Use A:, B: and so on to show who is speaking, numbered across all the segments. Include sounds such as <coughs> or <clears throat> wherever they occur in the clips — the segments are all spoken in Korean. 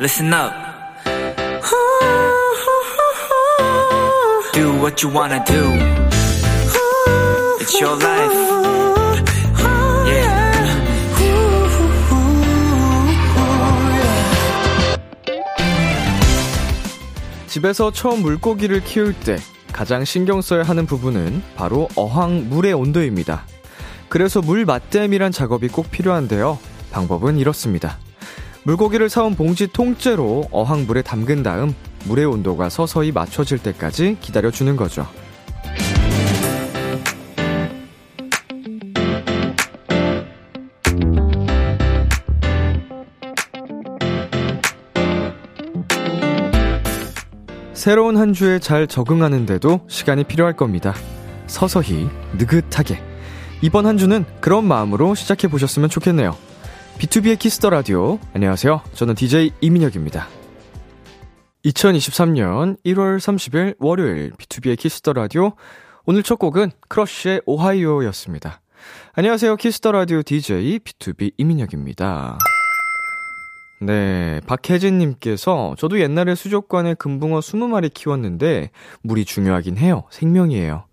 A: Listen up. Do what you wanna do. It's your life. Yeah.
B: 집에서 처음 물고기를 키울 때 가장 신경 써야 하는 부분은 바로 어항 물의 온도입니다. 그래서 물 맞댐이란 작업이 꼭 필요한데요. 방법은 이렇습니다. 물고기를 사온 봉지 통째로 어항 물에 담근 다음 물의 온도가 서서히 맞춰질 때까지 기다려주는 거죠. 새로운 한 주에 잘 적응하는데도 시간이 필요할 겁니다. 서서히, 느긋하게. 이번 한 주는 그런 마음으로 시작해 보셨으면 좋겠네요. B2B의 키스터 라디오. 안녕하세요. 저는 DJ 이민혁입니다. 2023년 1월 30일 월요일 B2B의 키스터 라디오. 오늘 첫 곡은 크러쉬의 오하이오였습니다. 안녕하세요. 키스터 라디오 DJ B2B 이민혁입니다. 네, 박혜진님께서 저도 옛날에 수족관에 금붕어 20마리 키웠는데 물이 중요하긴 해요. 생명이에요.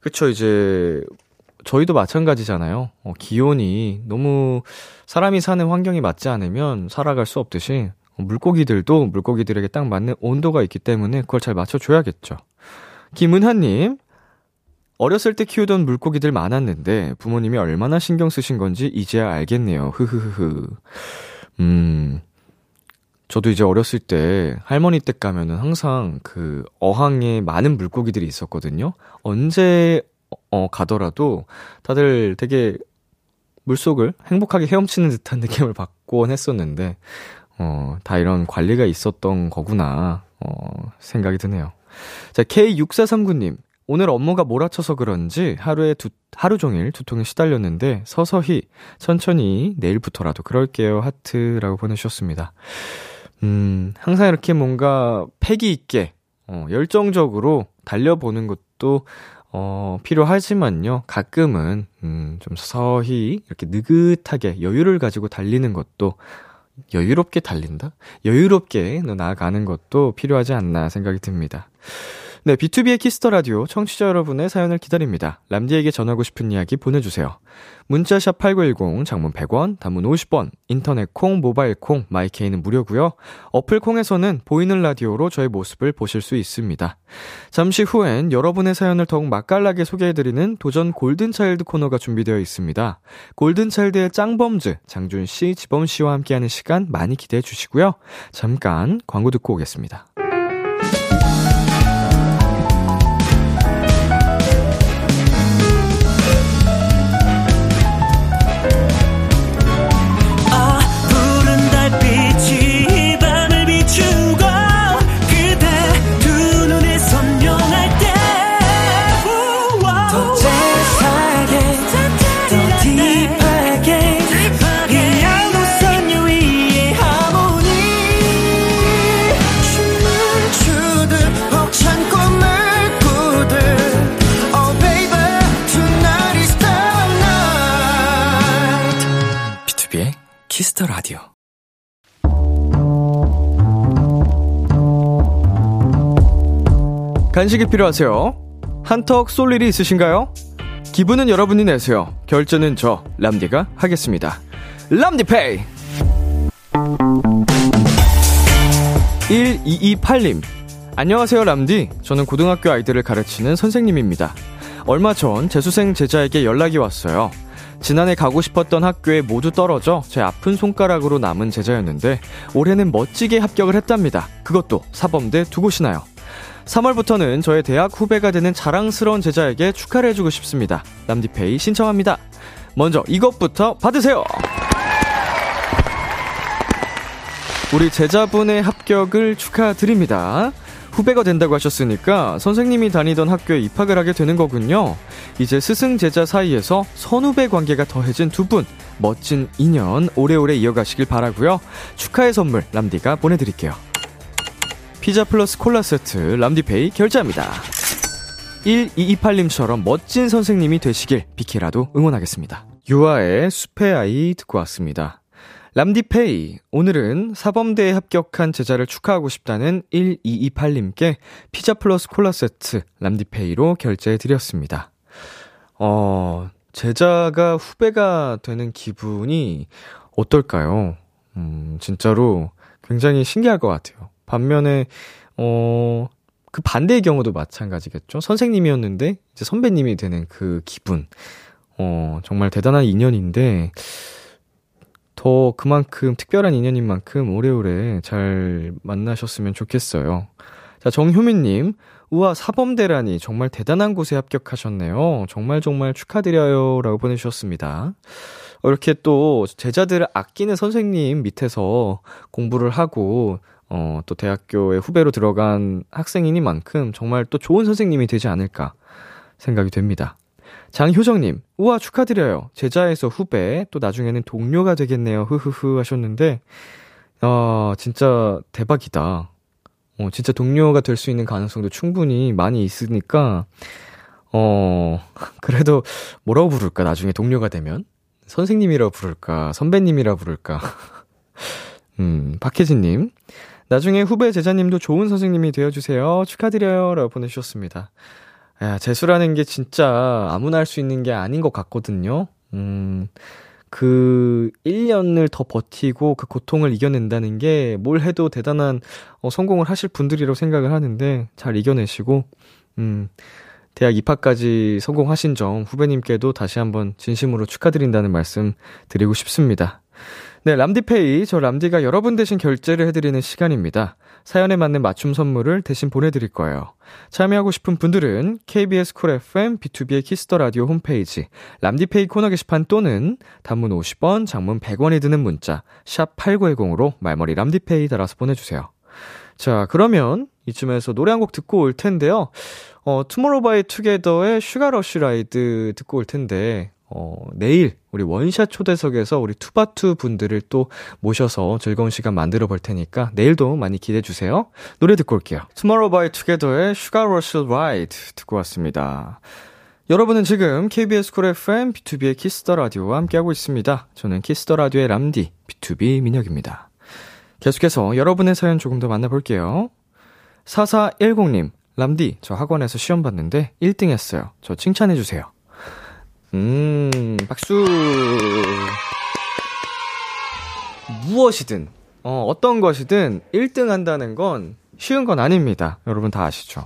B: 그쵸, 이제 저희도 마찬가지잖아요. 어, 기온이 너무 사람이 사는 환경이 맞지 않으면 살아갈 수 없듯이 물고기들도 물고기들에게 딱 맞는 온도가 있기 때문에 그걸 잘 맞춰줘야겠죠. 김은하님, 어렸을 때 키우던 물고기들 많았는데 부모님이 얼마나 신경 쓰신 건지 이제야 알겠네요. 흐흐흐흐. 음, 저도 이제 어렸을 때 할머니 댁 가면은 항상 그 어항에 많은 물고기들이 있었거든요. 언제 어, 가더라도 다들 되게 물속을 행복하게 헤엄치는 듯한 <laughs> 느낌을 받곤 했었는데, 어, 다 이런 관리가 있었던 거구나, 어, 생각이 드네요. 자, K6439님. 오늘 업무가 몰아쳐서 그런지 하루에 두, 하루 종일 두통에 시달렸는데 서서히 천천히 내일부터라도 그럴게요 하트라고 보내주셨습니다. 음, 항상 이렇게 뭔가 패기 있게, 어, 열정적으로 달려보는 것도, 어, 필요하지만요. 가끔은, 음, 좀 서히 이렇게 느긋하게 여유를 가지고 달리는 것도 여유롭게 달린다? 여유롭게 나아가는 것도 필요하지 않나 생각이 듭니다. 네, B2B의 키스터 라디오 청취자 여러분의 사연을 기다립니다. 람디에게 전하고 싶은 이야기 보내주세요. 문자샵 8910, 장문 100원, 단문 50원, 인터넷 콩, 모바일 콩, 마이케이는 무료고요. 어플 콩에서는 보이는 라디오로 저의 모습을 보실 수 있습니다. 잠시 후엔 여러분의 사연을 더욱 맛깔나게 소개해드리는 도전 골든차일드 코너가 준비되어 있습니다. 골든차일드의 짱범즈, 장준 씨, 지범 씨와 함께하는 시간 많이 기대해 주시고요. 잠깐 광고 듣고 오겠습니다.
C: 푸른 달빛이 이 밤을 비추고 그대 두 눈이 선명할 때더 재사하게 더 딥하게 이 양도선 유위의 하모니 춤을 추듯 벅찬 꿈을 꾸듯 Oh baby tonight is the night
A: B2B의 키스터 라디오.
B: 간식이 필요하세요? 한턱 쏠 일이 있으신가요? 기분은 여러분이 내세요. 결제는 저 람디가 하겠습니다. 람디페이. 1228님. 안녕하세요, 람디. 저는 고등학교 아이들을 가르치는 선생님입니다. 얼마 전 재수생 제자에게 연락이 왔어요. 지난해 가고 싶었던 학교에 모두 떨어져 제 아픈 손가락으로 남은 제자였는데 올해는 멋지게 합격을 했답니다. 그것도 사범대 두 곳이나요. 3월부터는 저의 대학 후배가 되는 자랑스러운 제자에게 축하를 해주고 싶습니다. 람디페이 신청합니다. 먼저 이것부터 받으세요! 우리 제자분의 합격을 축하드립니다. 후배가 된다고 하셨으니까 선생님이 다니던 학교에 입학을 하게 되는 거군요. 이제 스승 제자 사이에서 선후배 관계가 더해진 두 분, 멋진 인연 오래오래 이어가시길 바라고요. 축하의 선물 람디가 보내드릴게요. 피자 플러스 콜라 세트 람디페이 결제합니다. 1228님처럼 멋진 선생님이 되시길 비키라도 응원하겠습니다. 유아의 숲의 아이 듣고 왔습니다. 람디페이, 오늘은 사범대에 합격한 제자를 축하하고 싶다는 1228님께 피자 플러스 콜라 세트 람디페이로 결제해드렸습니다. 어, 제자가 후배가 되는 기분이 어떨까요? 음, 진짜로 굉장히 신기할 것 같아요. 반면에, 어, 그 반대의 경우도 마찬가지겠죠? 선생님이었는데, 이제 선배님이 되는 그 기분. 어, 정말 대단한 인연인데, 더 그만큼 특별한 인연인 만큼 오래오래 잘 만나셨으면 좋겠어요. 자, 정효민님. 우와, 사범대라니. 정말 대단한 곳에 합격하셨네요. 정말 정말 축하드려요. 라고 보내주셨습니다. 어, 이렇게 또 제자들을 아끼는 선생님 밑에서 공부를 하고, 어, 또 대학교에 후배로 들어간 학생이니만큼 정말 또 좋은 선생님이 되지 않을까 생각이 됩니다. 장효정님, 우와, 축하드려요. 제자에서 후배, 또 나중에는 동료가 되겠네요. 흐흐흐 하셨는데, 아, 진짜 대박이다. 어, 진짜 동료가 될 수 있는 가능성도 충분히 많이 있으니까, 어, <laughs> 그래도 뭐라고 부를까, 나중에 동료가 되면? 선생님이라 부를까, 선배님이라 부를까. <laughs> 음, 박혜진님. 나중에 후배 제자님도 좋은 선생님이 되어주세요. 축하드려요. 라고 보내주셨습니다. 야, 재수라는 게 진짜 아무나 할 수 있는 게 아닌 것 같거든요. 음, 그 1년을 더 버티고 그 고통을 이겨낸다는 게 뭘 해도 대단한 어, 성공을 하실 분들이라고 생각을 하는데 잘 이겨내시고, 음, 대학 입학까지 성공하신 점 후배님께도 다시 한번 진심으로 축하드린다는 말씀 드리고 싶습니다. 네, 람디페이. 저 람디가 여러분 대신 결제를 해드리는 시간입니다. 사연에 맞는 맞춤 선물을 대신 보내드릴 거예요. 참여하고 싶은 분들은 KBS 쿨 FM B2B의 키스터 라디오 홈페이지 람디페이 코너 게시판 또는 단문 50원, 장문 100원이 드는 문자 샵 8910으로 말머리 람디페이 달아서 보내주세요. 자, 그러면 이쯤에서 노래 한 곡 듣고 올 텐데요. 어, 투모로우 바이 투게더의 슈가러쉬 라이드 듣고 올 텐데 어, 내일 우리 원샷 초대석에서 우리 투바투 분들을 또 모셔서 즐거운 시간 만들어 볼 테니까 내일도 많이 기대해 주세요. 노래 듣고 올게요. 투모로우 바이 투게더의 슈가 러쉬 라이드 듣고 왔습니다. 여러분은 지금 KBS 쿨 FM B2B의 키스터 라디오와 함께하고 있습니다. 저는 키스터 라디오의 람디 B2B 민혁입니다. 계속해서 여러분의 사연 조금 더 만나볼게요. 4410님, 람디, 저 학원에서 시험 봤는데 1등 했어요. 저 칭찬해주세요. 음, 박수. 무엇이든, 어, 어떤 것이든 1등 한다는 건 쉬운 건 아닙니다. 여러분 다 아시죠?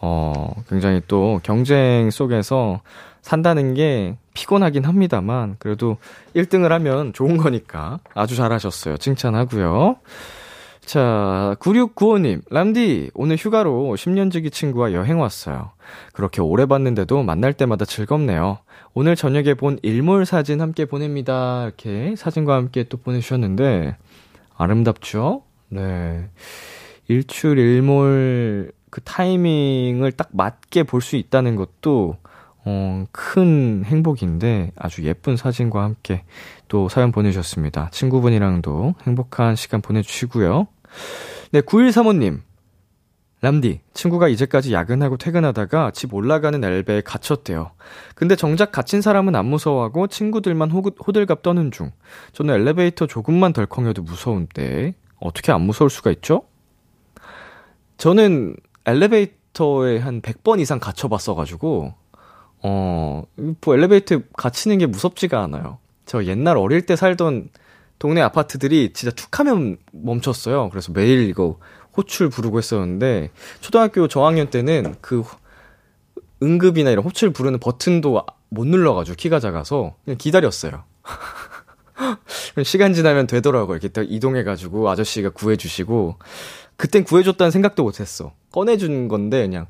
B: 어, 굉장히 또 경쟁 속에서 산다는 게 피곤하긴 합니다만, 그래도 1등을 하면 좋은 거니까 아주 잘하셨어요. 칭찬하고요. 자, 9695님, 람디, 오늘 휴가로 10년지기 친구와 여행 왔어요. 그렇게 오래 봤는데도 만날 때마다 즐겁네요. 오늘 저녁에 본 일몰 사진 함께 보냅니다. 이렇게 사진과 함께 또 보내주셨는데, 아름답죠? 네. 일출 일몰 그 타이밍을 딱 맞게 볼 수 있다는 것도, 어, 큰 행복인데 아주 예쁜 사진과 함께 또 사연 보내주셨습니다. 친구분이랑도 행복한 시간 보내주시고요. 네, 9135님. 람디, 친구가 이제까지 야근하고 퇴근하다가 집 올라가는 엘베에 갇혔대요. 근데 정작 갇힌 사람은 안 무서워하고 친구들만 호, 호들갑 떠는 중. 저는 엘리베이터 조금만 덜컹여도 무서운데, 어떻게 안 무서울 수가 있죠? 저는 엘리베이터에 한 100번 이상 갇혀봤어가지고, 어, 뭐 엘리베이터에 갇히는 게 무섭지가 않아요. 저 옛날 어릴 때 살던 동네 아파트들이 진짜 툭 하면 멈췄어요. 그래서 매일 이거 호출 부르고 했었는데, 초등학교 저학년 때는 그 호- 응급이나 이런 호출 부르는 버튼도 아- 못 눌러가지고 키가 작아서 그냥 기다렸어요. <laughs> 시간 지나면 되더라고요. 이렇게 딱 이동해가지고 아저씨가 구해주시고, 그땐 구해줬다는 생각도 못했어. 꺼내준 건데, 그냥,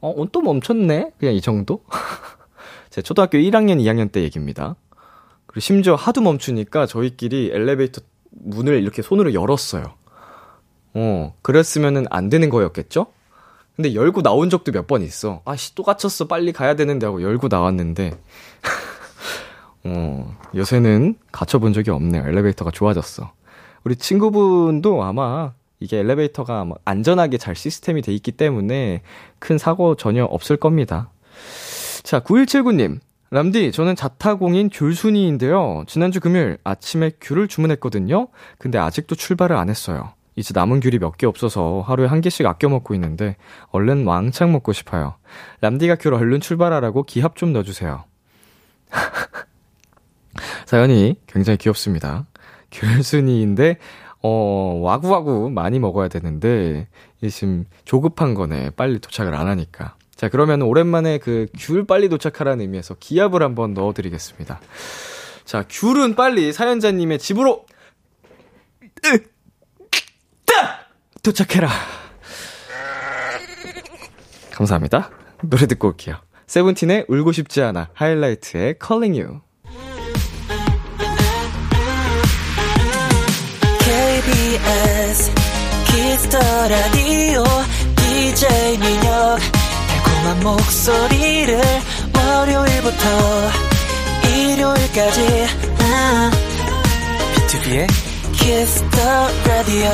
B: 어, 어, 또 멈췄네? 그냥 이 정도? <laughs> 제 초등학교 1학년, 2학년 때 얘기입니다. 그리고 심지어 하도 멈추니까 저희끼리 엘리베이터 문을 이렇게 손으로 열었어요. 어, 그랬으면은 안 되는 거였겠죠? 근데 열고 나온 적도 몇 번 있어. 아씨, 또 갇혔어. 빨리 가야 되는데 하고 열고 나왔는데. <laughs> 어, 요새는 갇혀본 적이 없네요. 엘리베이터가 좋아졌어. 우리 친구분도 아마 이게 엘리베이터가 아마 안전하게 잘 시스템이 돼 있기 때문에 큰 사고 전혀 없을 겁니다. 자, 9179님. 람디, 저는 자타공인 귤순이인데요. 지난주 금요일 아침에 귤을 주문했거든요. 근데 아직도 출발을 안 했어요. 이제 남은 귤이 몇 개 없어서 하루에 한 개씩 아껴 먹고 있는데 얼른 왕창 먹고 싶어요. 람디가 귤 얼른 출발하라고 기합 좀 넣어주세요. <laughs> 사연이 굉장히 귀엽습니다. 귤순이인데 어, 와구와구 많이 먹어야 되는데, 이게 지금 조급한 거네. 빨리 도착을 안 하니까. 자, 그러면 오랜만에 그 귤 빨리 도착하라는 의미에서 기합을 한번 넣어드리겠습니다. 자, 귤은 빨리 사연자님의 집으로 딱! 도착해라. 감사합니다. 노래 듣고 올게요. 세븐틴의 울고 싶지 않아 하이라이트의 Calling You.
C: KBS 키스 더 라디오 DJ 민혁 달콤한 목소리를 월요일부터 일요일까지 아,
A: B2B의
C: 키스 더 라디오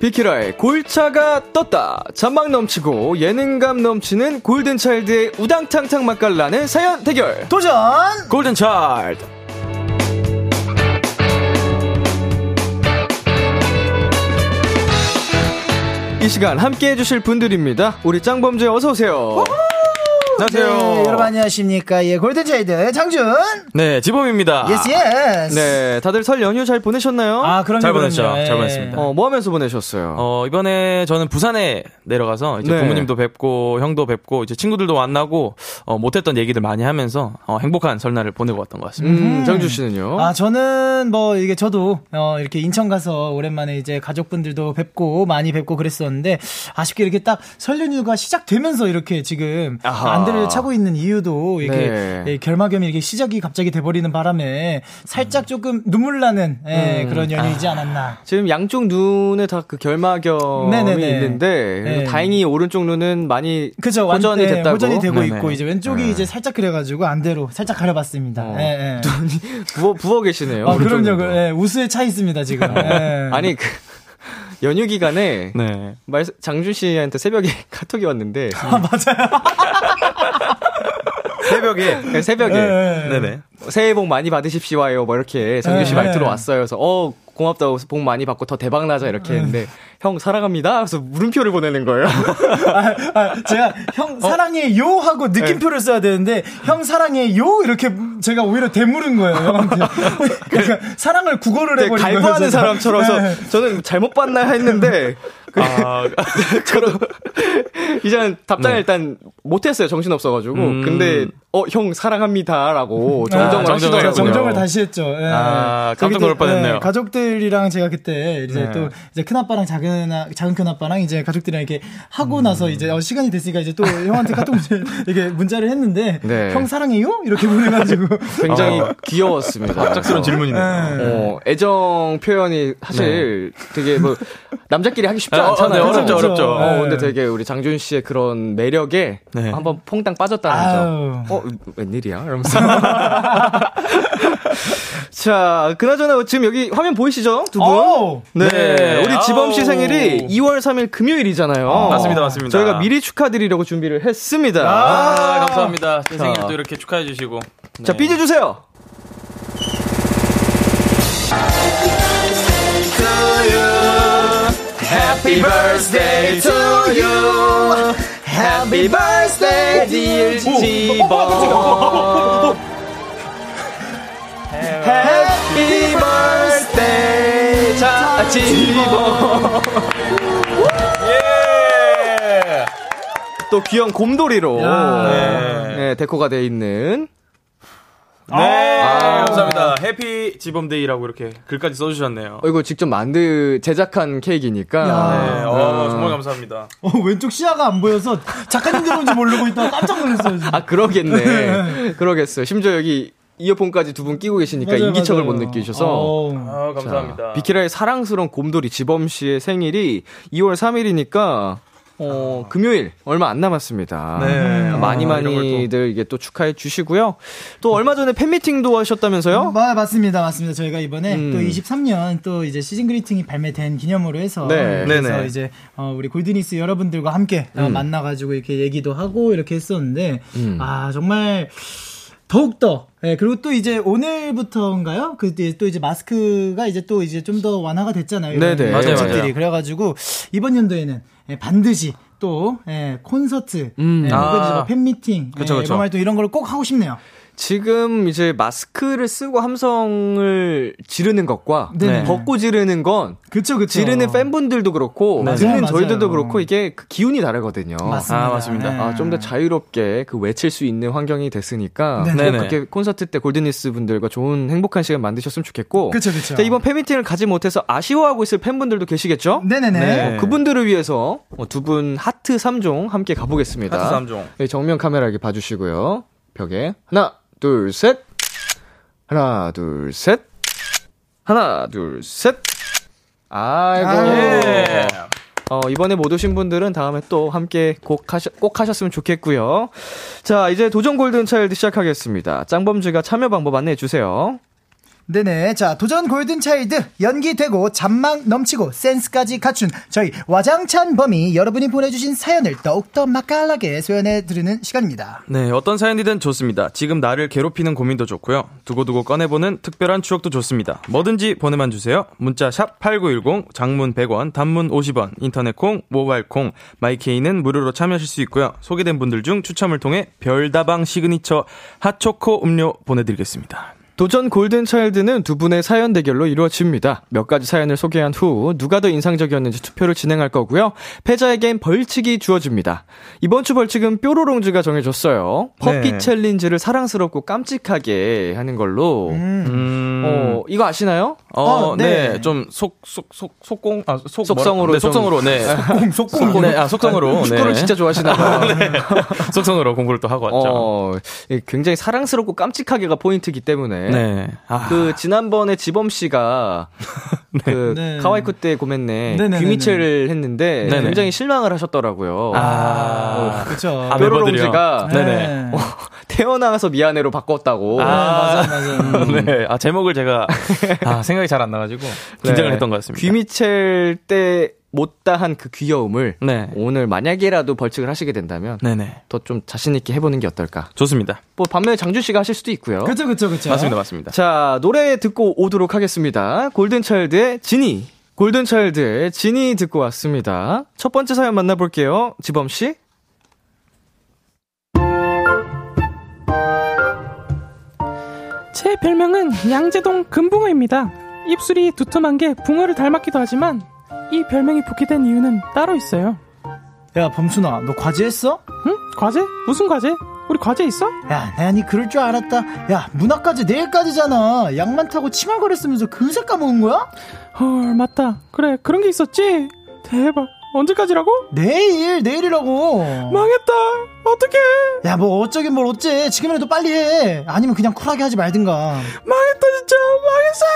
B: 비키라의 골차가 떴다. 잔망 넘치고 예능감 넘치는 골든차일드의 우당탕탕 맛깔나는 사연 대결.
D: 도전!
B: 골든차일드. 이 시간 함께 해주실 분들입니다. 우리 짱범죄 어서오세요.
D: 네, 여러분 안녕하십니까? 예, 골든차이드 장준.
E: 네, 지범입니다.
D: 예스 예스.
B: 네, 다들 설 연휴 잘 보내셨나요?
D: 아, 그럼요.
E: 잘 보냈죠.
D: 그럼요. 예.
E: 잘 보냈습니다.
B: 어, 뭐 하면서 보내셨어요?
E: 어, 이번에 저는 부산에 내려가서 이제
B: 네.
E: 부모님도 뵙고 형도 뵙고 이제 친구들도 만나고 어, 못했던 얘기들 많이 하면서 어, 행복한 설날을 보내고 왔던 것 같습니다.
B: 음, 장주 씨는요?
D: 아, 저는 뭐 이게 저도 어 이렇게 인천 가서 오랜만에 이제 가족분들도 뵙고 많이 뵙고 그랬었는데 아쉽게 이렇게 딱 설 연휴가 시작되면서 이렇게 지금
B: 아하.
D: 안대를 차고 있는 이유도 이렇게
B: 네.
D: 예, 결막염이 이렇게 시작이 갑자기 돼 버리는 바람에
E: 음.
D: 살짝 조금 눈물 나는 예,
E: 아.
D: 그런 연휴이지 않았나.
B: 지금 양쪽 눈에 다 그 결막염이
D: 네네네.
B: 있는데
D: 네.
B: 다행히 오른쪽 눈은 많이
D: 그죠
B: 호전이
D: 완- 예,
B: 됐다고
D: 호전이 되고
E: 네네.
D: 있고 이제 왼쪽이 이제 살짝 그래가지고 안대로 살짝 가려봤습니다.
B: 어.
D: 예, 예.
B: 부어, 부어 계시네요.
D: 아,
B: 오른쪽
D: 그럼요.
B: 눈도.
D: 그, 예, 우수에 차 있습니다, 지금. 예.
B: <laughs> 아니 그 연휴 기간에
E: 네.
B: 말 장준 씨한테 새벽에 <laughs> 카톡이 왔는데
D: 아, 맞아요.
B: <laughs> 새벽에 네, 새벽에
D: 예, 예.
E: 네네.
B: 새해 복 많이 받으십시오요. 뭐 이렇게 장준 씨
D: 예,
B: 말투로
D: 예.
B: 왔어요. 그래서 어 고맙다고 복 많이 받고 더 대박 나자 이렇게
D: 네.
B: 했는데 형 사랑합니다. 그래서 물음표를 보내는
D: <laughs>
B: 거예요.
D: 아, 아, 제가
B: 어?
D: 형 사랑해요 하고 느낌표를 써야 되는데 형 사랑해요 이렇게 제가 오히려 대물은 거예요.
B: <laughs>
D: 형한테. 그러니까 사랑을 국어를 해버린 거예요.
B: 네, 갈구하는
D: 제가.
B: 사람처럼서
D: 예.
B: 저는 잘못 봤나 했는데
D: 네.
B: 그
E: 아,
B: <laughs> 저도 이제는 답장을 일단 못했어요. 정신 없어가지고.
E: 네. 음.
B: 근데 어 형
D: 음.
B: 사랑합니다라고 정정을
E: 아,
B: 하시더라고요.
E: 정정을
D: 정정을 다시 했죠. 예.
E: 아, 깜짝 놀랄
D: 그때,
E: 뻔했네요.
D: 예, 가족들이랑 제가 그때 이제
E: 네.
D: 또 이제 큰 아빠랑 작은 아- 작은 큰 아빠랑 이제 가족들이랑 이렇게
B: 음.
D: 하고 나서 이제 어, 시간이 됐으니까 이제 또 형한테 카톡 문제 <laughs> 이렇게 문자를 했는데
B: 네.
D: 형 사랑해요 이렇게
B: <laughs>
D: 보내가지고
B: 굉장히 귀여웠습니다.
E: 아. 갑작스러운 질문이네요.
D: 예.
B: 어, 애정 표현이 사실 되게
E: <laughs>
B: 뭐 남자끼리 하기 쉽지
E: 아, 어,
B: 않잖아요.
E: 네, 어렵죠,
D: 그렇죠.
E: 어렵죠.
D: 네.
B: 어, 근데 되게 우리 장준 씨의 그런 매력에
E: 네.
B: 한번 퐁당 빠졌다는 점. 어, 웬일이야? 이러면서. <laughs> 자, 그나저나 지금 여기 화면 보이시죠? 두 분?
D: 오!
B: 네.
E: 어! 네.
B: 우리 지범 씨
E: 아우.
B: 생일이 2월 3일 금요일이잖아요.
E: 맞습니다, 맞습니다.
B: 저희가 미리 축하드리려고 준비를 했습니다.
E: 아, 감사합니다. 제 생일도 이렇게 축하해 주시고.
B: 자,
E: 네.
B: 삐져 주세요.
E: Happy birthday to you. Happy birthday dear 지범. Happy birthday 자 지범. 예.
B: 또 귀여운 곰돌이로
E: 네.
B: 네, 데코가 돼 있는 아,
E: 네. 감사합니다. 해피 지범데이라고 이렇게 글까지 써 주셨네요.
B: 어, 이거 직접 만들 제작한
E: 네.
B: 케이크니까 아.
E: 어, 정말 감사합니다.
D: 어, 왼쪽 시야가 안 보여서 작가님들 뭔지 모르고 있다가 깜짝 놀랐어요. 지금.
B: 아
E: <laughs>
B: 그러겠네 그러겠어요 심지어 여기 이어폰까지 두 분 끼고 계시니까
D: 맞아요,
B: 그러니까 인기척을
D: 맞아요.
B: 못 느끼셔서
D: 어.
E: 아,
B: 자,
E: 감사합니다.
B: 비키라의 사랑스러운 곰돌이 지범 씨의 생일이 2월 3일이니까 어, 금요일 얼마 안 남았습니다.
E: 아.
B: 음,
E: 네. 아,
B: 많이
E: 이런 걸 또.
B: 많이들 이게 또 축하해 주시고요. 또 얼마 전에 팬미팅도 하셨다면서요?
D: 음, 마- 맞습니다, 맞습니다. 저희가 이번에
B: 어? 음.
D: 또 23년 또 이제 시즌 그리팅이 발매된 기념으로 해서
B: 네.
D: 그래서
E: 네네.
D: 이제 어, 우리 골드니스 여러분들과 함께 어, 만나가지고 이렇게 얘기도 하고 이렇게 했었는데 아 정말 더욱더 예 그리고 또 이제 오늘부터인가요? 그 이제 또 이제 마스크가 이제 또 이제 좀 더 완화가 됐잖아요.
B: 네네.
D: 이런
E: 맞아요,
D: 정책들이.
E: 맞아요.
D: 그래가지고 이번 연도에는 예, 반드시 또 예, 콘서트, 예,
E: 아.
D: 혹은 이제 뭐 팬미팅,
E: 그쵸,
D: 예,
E: 그쵸.
D: 앨범 활동 이런 걸 꼭 하고 싶네요.
B: 지금 이제 마스크를 쓰고 함성을 지르는 것과
D: 네네.
B: 벗고 지르는 건
D: 그쵸 그쵸.
B: 지르는 팬분들도 그렇고
D: 그렇죠. 맞아요,
B: 듣는
D: 맞아요.
B: 저희들도 그렇고 이게 그 기운이 다르거든요.
D: 맞습니다.
E: 아, 맞습니다.
D: 네.
B: 아, 좀 더 자유롭게 그 외칠 수 있는 환경이 됐으니까 꼭
D: 네네.
B: 그렇게 콘서트 때 골든니스 분들과 좋은 행복한 시간 만드셨으면 좋겠고
D: 그쵸, 그쵸.
B: 자, 이번 팬미팅을 가지 못해서 아쉬워하고 있을 팬분들도 계시겠죠?
D: 네네네.
E: 네.
B: 어, 그분들을 위해서 어, 두 분 하트 3종 함께 가보겠습니다.
E: 하트 삼 종.
B: 네, 정면 카메라 이렇게 봐주시고요. 벽에 하나 둘 셋, 하나 둘 셋, 하나 둘 셋. 아이고.
E: 예.
B: 어, 이번에 못 오신 분들은 다음에 또 함께 꼭, 하셔, 꼭 하셨으면 좋겠고요. 자, 이제 도전 골든 차일드 시작하겠습니다. 짱범즈가 참여 방법 안내해 주세요.
D: 네네. 자, 도전 골든차일드. 연기되고, 잔망 넘치고, 센스까지 갖춘 저희 와장찬 범이 여러분이 보내주신 사연을 더욱더 맛깔나게 소연해 드리는 시간입니다.
E: 네, 어떤 사연이든 좋습니다. 지금 나를 괴롭히는 고민도 좋고요. 두고두고 꺼내보는 특별한 추억도 좋습니다. 뭐든지 보내만 주세요. 문자 샵 8910, 장문 100원, 단문 50원, 인터넷 콩, 모바일 콩, 마이케이는 무료로 참여하실 수 있고요. 소개된 분들 중 추첨을 통해 별다방 시그니처 핫초코 음료 보내드리겠습니다.
B: 도전 골든 차일드는 두 분의 사연 대결로 이루어집니다. 몇 가지 사연을 소개한 후 누가 더 인상적이었는지 투표를 진행할 거고요. 패자에겐 벌칙이 주어집니다. 이번 주 벌칙은 뾰로롱즈가 정해줬어요. 퍼피
E: 네.
B: 챌린지를 사랑스럽고 깜찍하게 하는 걸로.
E: 음,
B: 어, 이거 아시나요?
E: 어,
D: 어, 네.
E: 네. 좀 속, 속, 속, 속공, 아, 속,
B: 속성으로
E: 뭐라- 네,
B: 좀-
E: <laughs> 속성으로, 네.
D: 공, 속공.
E: 네, 아, 속성으로.
B: 축구를
E: 네. 그렇죠.
B: 진짜 좋아하시나
E: <laughs>
B: 봐요.
E: 속성으로 공부를 또 하고 왔죠.
B: 어, 예, 굉장히 사랑스럽고 깜찍하게가 포인트이기 때문에.
E: 네. 아,
B: 그 지난번에 지범
E: <laughs>
B: 씨가 그
D: 네.
B: 카와이쿠 때 고맨네
D: 네네네네.
B: 귀미체를 했는데
E: 네네.
B: 굉장히 실망을 하셨더라고요.
E: 아.
D: 그쵸.
E: 아,
B: 뾰로롱즈가-
E: 멤버들이요. 네네.
D: 네.
B: 태어나서 미안해로 바꿨다고.
E: 아,
D: 맞아요, 맞아요.
E: 네. 아, 제목을 <laughs> 제가 아, 생각이 잘 안 나가지고 긴장을
B: 네.
E: 했던 것 같습니다.
B: 귀미첼 때 못다한 그 귀여움을
E: 네.
B: 오늘 만약에라도 벌칙을 하시게 된다면
E: 네네.
B: 더 좀 자신 있게 해보는 게 어떨까.
E: 좋습니다.
B: 뭐 반면에 장준 씨가 하실 수도 있고요.
D: 그쵸, 그쵸, 그쵸.
E: 맞습니다, 맞습니다.
B: 자, 노래 듣고 오도록 하겠습니다. 골든차일드의 지니. 골든차일드의 지니 듣고 왔습니다. 첫 번째 사연 만나볼게요. 지범씨.
F: 제 별명은 양재동 금붕어입니다. 입술이 두툼한 게 붕어를 닮았기도 하지만 이 별명이 붙게 된 이유는 따로 있어요.
D: 야, 범순아, 너 과제했어?
F: 응? 과제? 무슨 과제? 우리 과제 있어?
D: 야, 난이 그럴 줄 알았다. 야, 문학까지 내일까지잖아. 양만 타고 치마거렸으면서 그새 까먹은 거야?
F: 헐 맞다. 그래 그런 게 있었지. 대박. 언제까지라고?
D: 내일, 내일이라고.
F: 망했다. 어떡해.
D: 야, 뭐 어쩌긴 뭘 어째. 지금이라도 빨리 해. 아니면 그냥 쿨하게 하지 말든가.
F: 망했다 진짜. 망했어.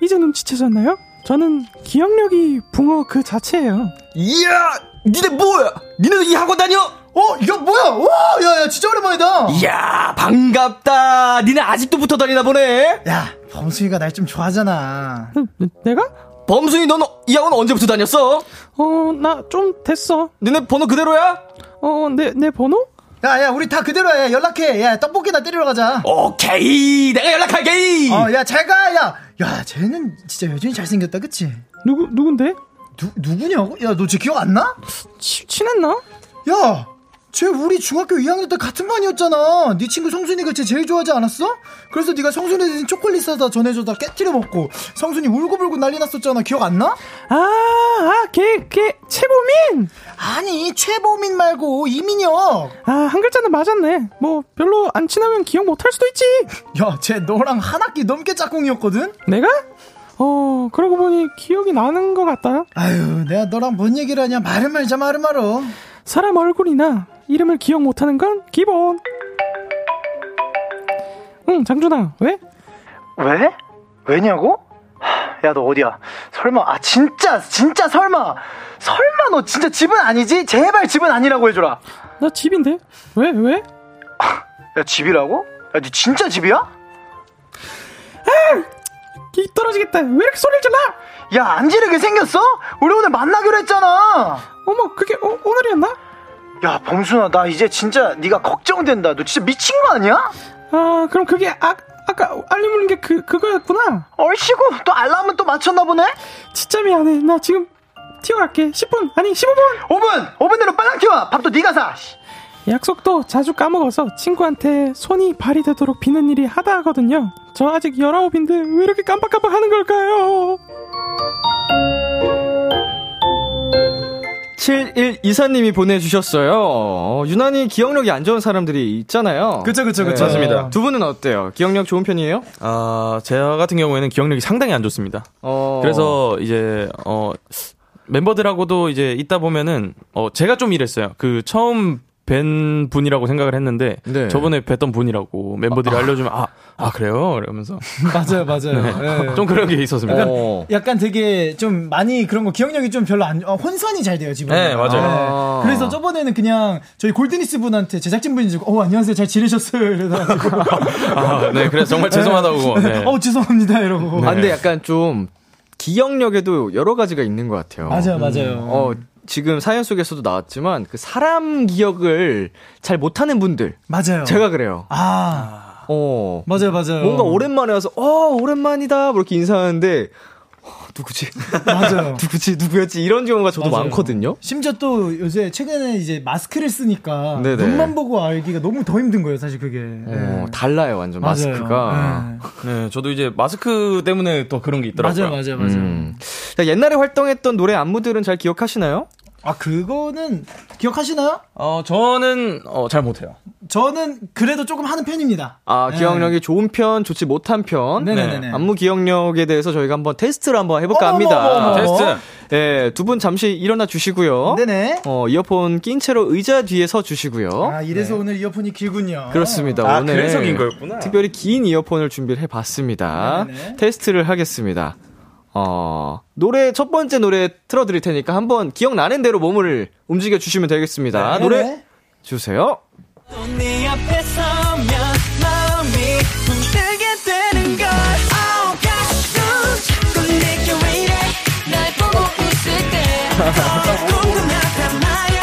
F: 이제 눈치채셨나요? 저는 기억력이 붕어 그 자체예요.
B: 이야! 니네 뭐야! 니네도 이 학원 다녀!
D: 어, 야, 뭐야? 와, 야, 야, 진짜 오랜만이다.
B: 이야, 반갑다! 니네 아직도 붙어 다니나 보네!
D: 야, 범수이가 날 좀 좋아하잖아.
F: 내가?
B: 범순이 넌 이 학원 언제부터 다녔어?
F: 어 나 좀 됐어.
B: 니네 번호 그대로야?
F: 어 내 내 번호?
D: 야, 야, 우리 다 그대로 해. 연락해. 야, 떡볶이나 때리러 가자.
B: 어, 오케이! 내가 연락할게!
D: 어, 야, 잘 가. 야, 야, 쟤는 진짜 여전히 잘생겼다, 그치?
F: 누구 누군데?
D: 누, 누구냐고? 야, 너 쟤 기억 안 나?
F: 치- 친했나?
D: 야, 쟤 우리 중학교 2학년 때 같은 반이었잖아. 네 친구 성순이가 쟤 제일 좋아하지 않았어? 그래서 네가 성순이 대신 초콜릿 사다 전해줘다 깨트려 먹고 성순이 울고불고 난리 났었잖아. 기억 안 나?
F: 아, 아, 걔, 걔, 최고민!
D: 아니, 최보민 말고 이민혁.
F: 아, 한 글자는 맞았네. 뭐, 별로 안 친하면 기억 못 할 수도 있지.
D: 야, 쟤 너랑 한 학기 넘게 짝꿍이었거든?
F: 내가? 어, 그러고 보니 기억이 나는 것 같다.
D: 아유, 내가 너랑 뭔 얘기를 하냐. 말을 말자, 말을 말어.
F: 사람 얼굴이나 이름을 기억 못 하는 건 기본. 응, 장준아, 왜?
D: 왜? 왜냐고? 야 너 어디야? 설마 아 진짜 진짜 설마 설마 너 진짜 집은 아니지? 제발 집은 아니라고 해줘라.
F: 나 집인데? 왜, 왜?
D: 야 집이라고? 야너 진짜 집이야?
F: 기 떨어지겠다. 왜 이렇게 소리를 질러?
D: 야 안 지르게 생겼어? 우리 오늘 만나기로 했잖아.
F: 어머, 그게 오, 오늘이었나?
D: 야 범순아 나 이제 진짜 네가 걱정된다. 너 진짜 미친 거 아니야?
F: 아, 그럼 그게 아, 아까 알림 울린 게 그, 그거였구나.
D: 얼씨구 또 알람은 또 맞췄나 보네?
F: 진짜 미안해. 나 지금 튀어갈게. 10분, 아니 15분!
D: 5분! 5분 내로 빨랑 키워! 밥도 네가 사! 씨.
F: 약속도 자주 까먹어서 친구한테 손이 발이 되도록 비는 일이 하다 하거든요. 저 아직 19인데 왜 이렇게 깜빡깜빡 하는 걸까요?
B: 7124님이 보내주셨어요. 어, 유난히 기억력이 안 좋은 사람들이 있잖아요.
D: 그쵸, 그쵸,
B: 네.
D: 그쵸.
E: 맞습니다.
B: 두 분은 어때요? 기억력 좋은 편이에요?
E: 아, 제가 같은 경우에는 기억력이 상당히 안 좋습니다.
B: 어.
E: 그래서 이제 어 멤버들하고도 이제 있다 보면은 어 제가 좀 이랬어요. 그 처음 뵌 분이라고 생각을 했는데
B: 네.
E: 저번에 뵀던 분이라고 멤버들이 알려주면 아 아 그래요 이러면서
D: 맞아요, 맞아요. 예.
E: 좀 그런 게 있었습니다.
B: 어.
D: 약간 되게 좀 많이 그런 거 기억력이 좀 별로 안, 어, 혼선이 잘 돼요, 집안에.
E: 네, 맞아요.
D: 예. 그래서 저번에는 그냥 저희 골드니스 분한테 제작진분이 지금, 어, 안녕하세요. 잘 지내셨어요. 이러다가.
E: 아, 네 그래서
D: <laughs>
E: 정말 죄송하다고. 네.
D: 어, 죄송합니다. 이러고.
B: 아, 근데 약간 좀 기억력에도 여러 가지가 있는 것 같아요.
D: 맞아요, 맞아요.
B: 어, 지금 사연 속에서도 나왔지만 그 사람 기억을 잘 못하는 분들
D: 맞아요.
B: 제가 그래요.
D: 아,
B: 어.
D: 맞아요, 맞아요.
B: 뭔가 오랜만에 와서 어 오랜만이다 이렇게 인사하는데 어, 누구지 <laughs>
D: 맞아요.
B: 누구지 누구였지 이런 경우가 저도
D: 맞아요.
B: 많거든요.
D: 심지어 또 요새 최근에 이제 마스크를 쓰니까
B: 네네.
D: 눈만 보고 알기가 너무 더 힘든 거예요, 사실 그게. 네.
B: 어, 달라요 완전 마스크가.
E: 네 저도 이제 마스크 때문에 또 그런 게 있더라고요.
D: 맞아요, 맞아요, 맞아요.
B: 음. 자, 옛날에 활동했던 노래 안무들은 잘 기억하시나요?
D: 아 그거는 기억하시나요?
E: 어 저는 어, 잘 못해요.
D: 저는 그래도 조금 하는 편입니다.
B: 아
D: 네.
B: 기억력이 좋은 편, 좋지 못한 편.
D: 네네네네.
B: 안무 기억력에 대해서 저희가 한번 테스트를 한번 해볼까
D: 어머머머머.
B: 합니다.
E: 테스트.
B: 예, 두 분 잠시 일어나 주시고요.
D: 네네.
B: 어, 이어폰 낀 채로 의자 뒤에 서 주시고요.
E: 어?
D: 아 이래서
E: 네.
D: 오늘 이어폰이 길군요.
B: 그렇습니다.
E: 아,
B: 오늘
E: 그래서 긴 거였구나.
B: 특별히 긴 이어폰을 준비를 해봤습니다.
D: 네네네.
B: 테스트를 하겠습니다. 어, 노래 첫 번째 노래 틀어드릴 테니까 한번 기억나는 대로 몸을 움직여 주시면 되겠습니다.
D: 네네.
B: 노래 주세요.
C: 네 앞에 서면 마음이 흔들게 되는 걸 Oh gosh 넌 자꾸 내게 왜 이래 날 보고 웃을 때 Oh 궁금하단 말야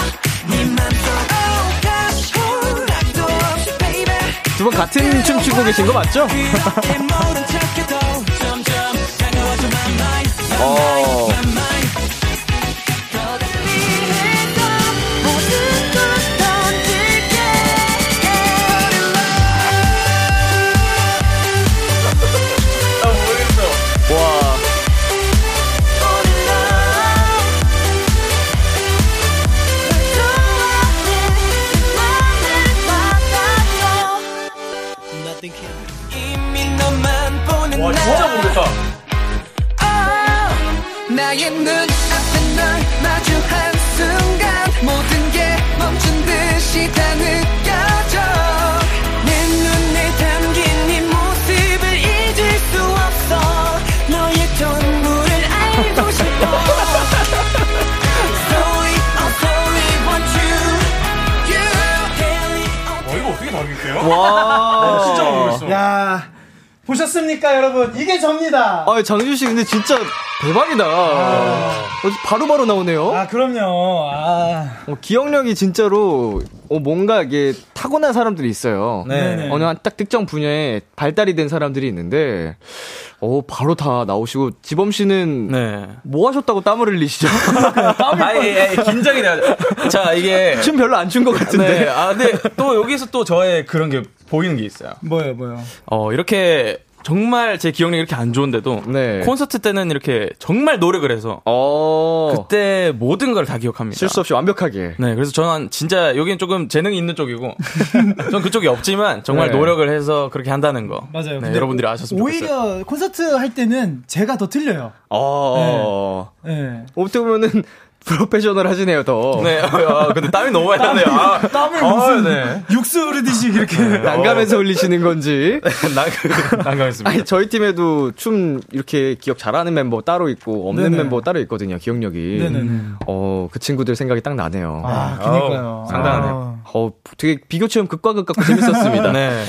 C: 네 맘도 Oh gosh 후락도 없이 baby
B: 두 분 같은 춤 추고 계신 거 맞죠?
D: 네.
C: 그렇게 모른 척해도 점점 가까워져 my mind
B: 어,
C: 미래도 모든 걸 던질게 All in love All in love 널 좋아해 맘을 받아줘 Nothing can 이미 너만 보는 날 Oh, 나의 눈앞에 널 마주한 순간 모든 게 멈춘 듯이 다 느껴져 내 눈에 담긴 네 모습을 잊을 수 없어 너의 전부를 알고 싶어 <laughs> Slowly, I'll slowly want you You, daily, I'll
D: 네,
B: 와.
D: 어. 야 보셨습니까, 여러분? 이게 접니다.
E: 어?
B: 아, 장준 씨 근데 진짜 대박이다. 어, 바로바로 나오네요.
D: 아 그럼요. 아
B: 어, 기억력이 진짜로 어, 뭔가 이게 타고난 사람들이 있어요.
D: 네네.
B: 어느 한 딱 특정 분야에 발달이 된 사람들이 있는데, 어 바로 다 나오시고 지범 씨는
E: 네.
B: 뭐 하셨다고 땀을 <laughs> 흘리시죠?
E: 아예 긴장이 돼요. 자 이게
B: 춤 별로 안 춘 것 같은데.
E: 네. 아, 근데 또 여기서 또 저의 그런 게 보이는 게 있어요.
D: 뭐요, 뭐요?
E: 어, 이렇게 정말 제 기억력이 이렇게 안 좋은데도
B: 네.
E: 콘서트 때는 이렇게 정말 노력을 해서
B: 어
E: 그때 모든 걸 다 기억합니다.
B: 실수 없이 완벽하게.
E: 네, 그래서 저는 진짜 여기는 조금 재능이
D: <laughs>
E: 있는 쪽이고, 전 그쪽이 없지만 정말
B: 네.
E: 노력을 해서 그렇게 한다는 거.
D: 맞아요.
E: 네,
D: 근데
E: 여러분들이 아셨으면 좋겠어요.
D: 오히려 콘서트 할 때는 제가 더 틀려요.
B: 어.
D: 예.
B: 어떻게 보면은 프로페셔널 하시네요, 더.
E: 네. 아, 근데 땀이 너무 많이 나네요. 아,
D: 땀을
E: 아,
D: 무슨
E: 네.
D: 육수 흐르듯이 이렇게.
B: 난감해서 흘리시는 <laughs> 건지.
E: 난- 난감했습니다.
B: 아니, 저희 팀에도 춤 이렇게 기억 잘하는 멤버 따로 있고, 없는
D: 네네.
B: 멤버 따로 있거든요, 기억력이.
D: 네네네.
B: 어, 그 친구들 생각이 딱 나네요.
D: 아, 그니까요.
E: 아우, 상당하네요.
D: 아.
B: 어, 되게 비교 체험 극과 극 같고
E: <laughs>
B: 재밌었습니다.
E: 네.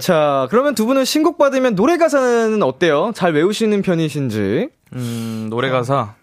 B: 자, 그러면 두 분은 신곡 받으면 노래 가사는 어때요? 잘 외우시는 편이신지?
E: 음, 노래 가사.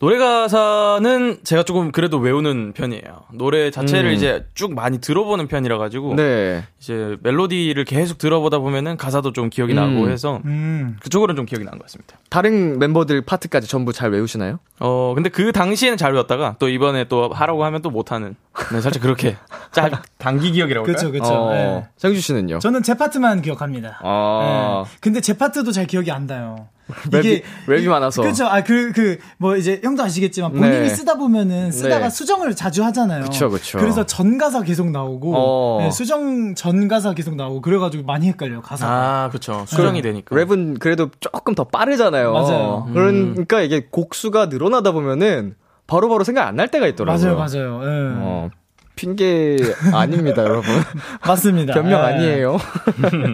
E: 노래 가사는 제가 조금 그래도 외우는 편이에요. 노래 자체를
B: 음.
E: 이제 쭉 많이 들어보는 편이라 가지고
B: 네.
E: 이제 멜로디를 계속 들어보다 보면은 가사도 좀 기억이 나고
B: 음.
E: 해서
D: 음.
E: 그쪽으로는 좀 기억이 나는 것 같습니다.
B: 다른 멤버들 파트까지 전부 잘 외우시나요?
E: 어, 근데 그 당시에는 잘 외웠다가 또 이번에 또 하라고 하면 또 못하는. 네, 살짝 <laughs> 그렇게. 짧, 단기 기억이라고.
D: 그쵸,
E: 할까요?
D: 그쵸.
B: 어,
E: 네.
D: 예.
B: 정규 씨는요?
D: 저는 제 파트만 기억합니다.
B: 아.
D: 예. 근데 제 파트도 잘 기억이 안
B: <laughs>
D: 나요.
B: 랩이- 랩이
D: 이-
B: 많아서.
D: 그쵸. 아, 그, 그, 뭐, 이제, 형도 아시겠지만, 본인이
B: 네.
D: 쓰다 보면은,
B: 네.
D: 쓰다가 수정을 자주 하잖아요.
B: 그쵸, 그쵸.
D: 그래서 전가사 계속 나오고,
B: 어.
D: 예, 수정 전가사 계속 나오고, 그래가지고 많이 헷갈려요, 가사가.
E: 아, 그쵸. 수정이 되니까.
B: 네. 랩은 그래도 조금 더 빠르잖아요.
D: 맞아요.
B: 그러니까 이게 곡수가 늘어나다 보면은 바로바로 생각 안 날 때가 있더라고요.
D: 맞아요, 맞아요. 예.
B: 어, 핑계 아닙니다, 여러분.
D: <laughs> 맞습니다.
B: 변명
D: 예.
B: 아니에요. <laughs>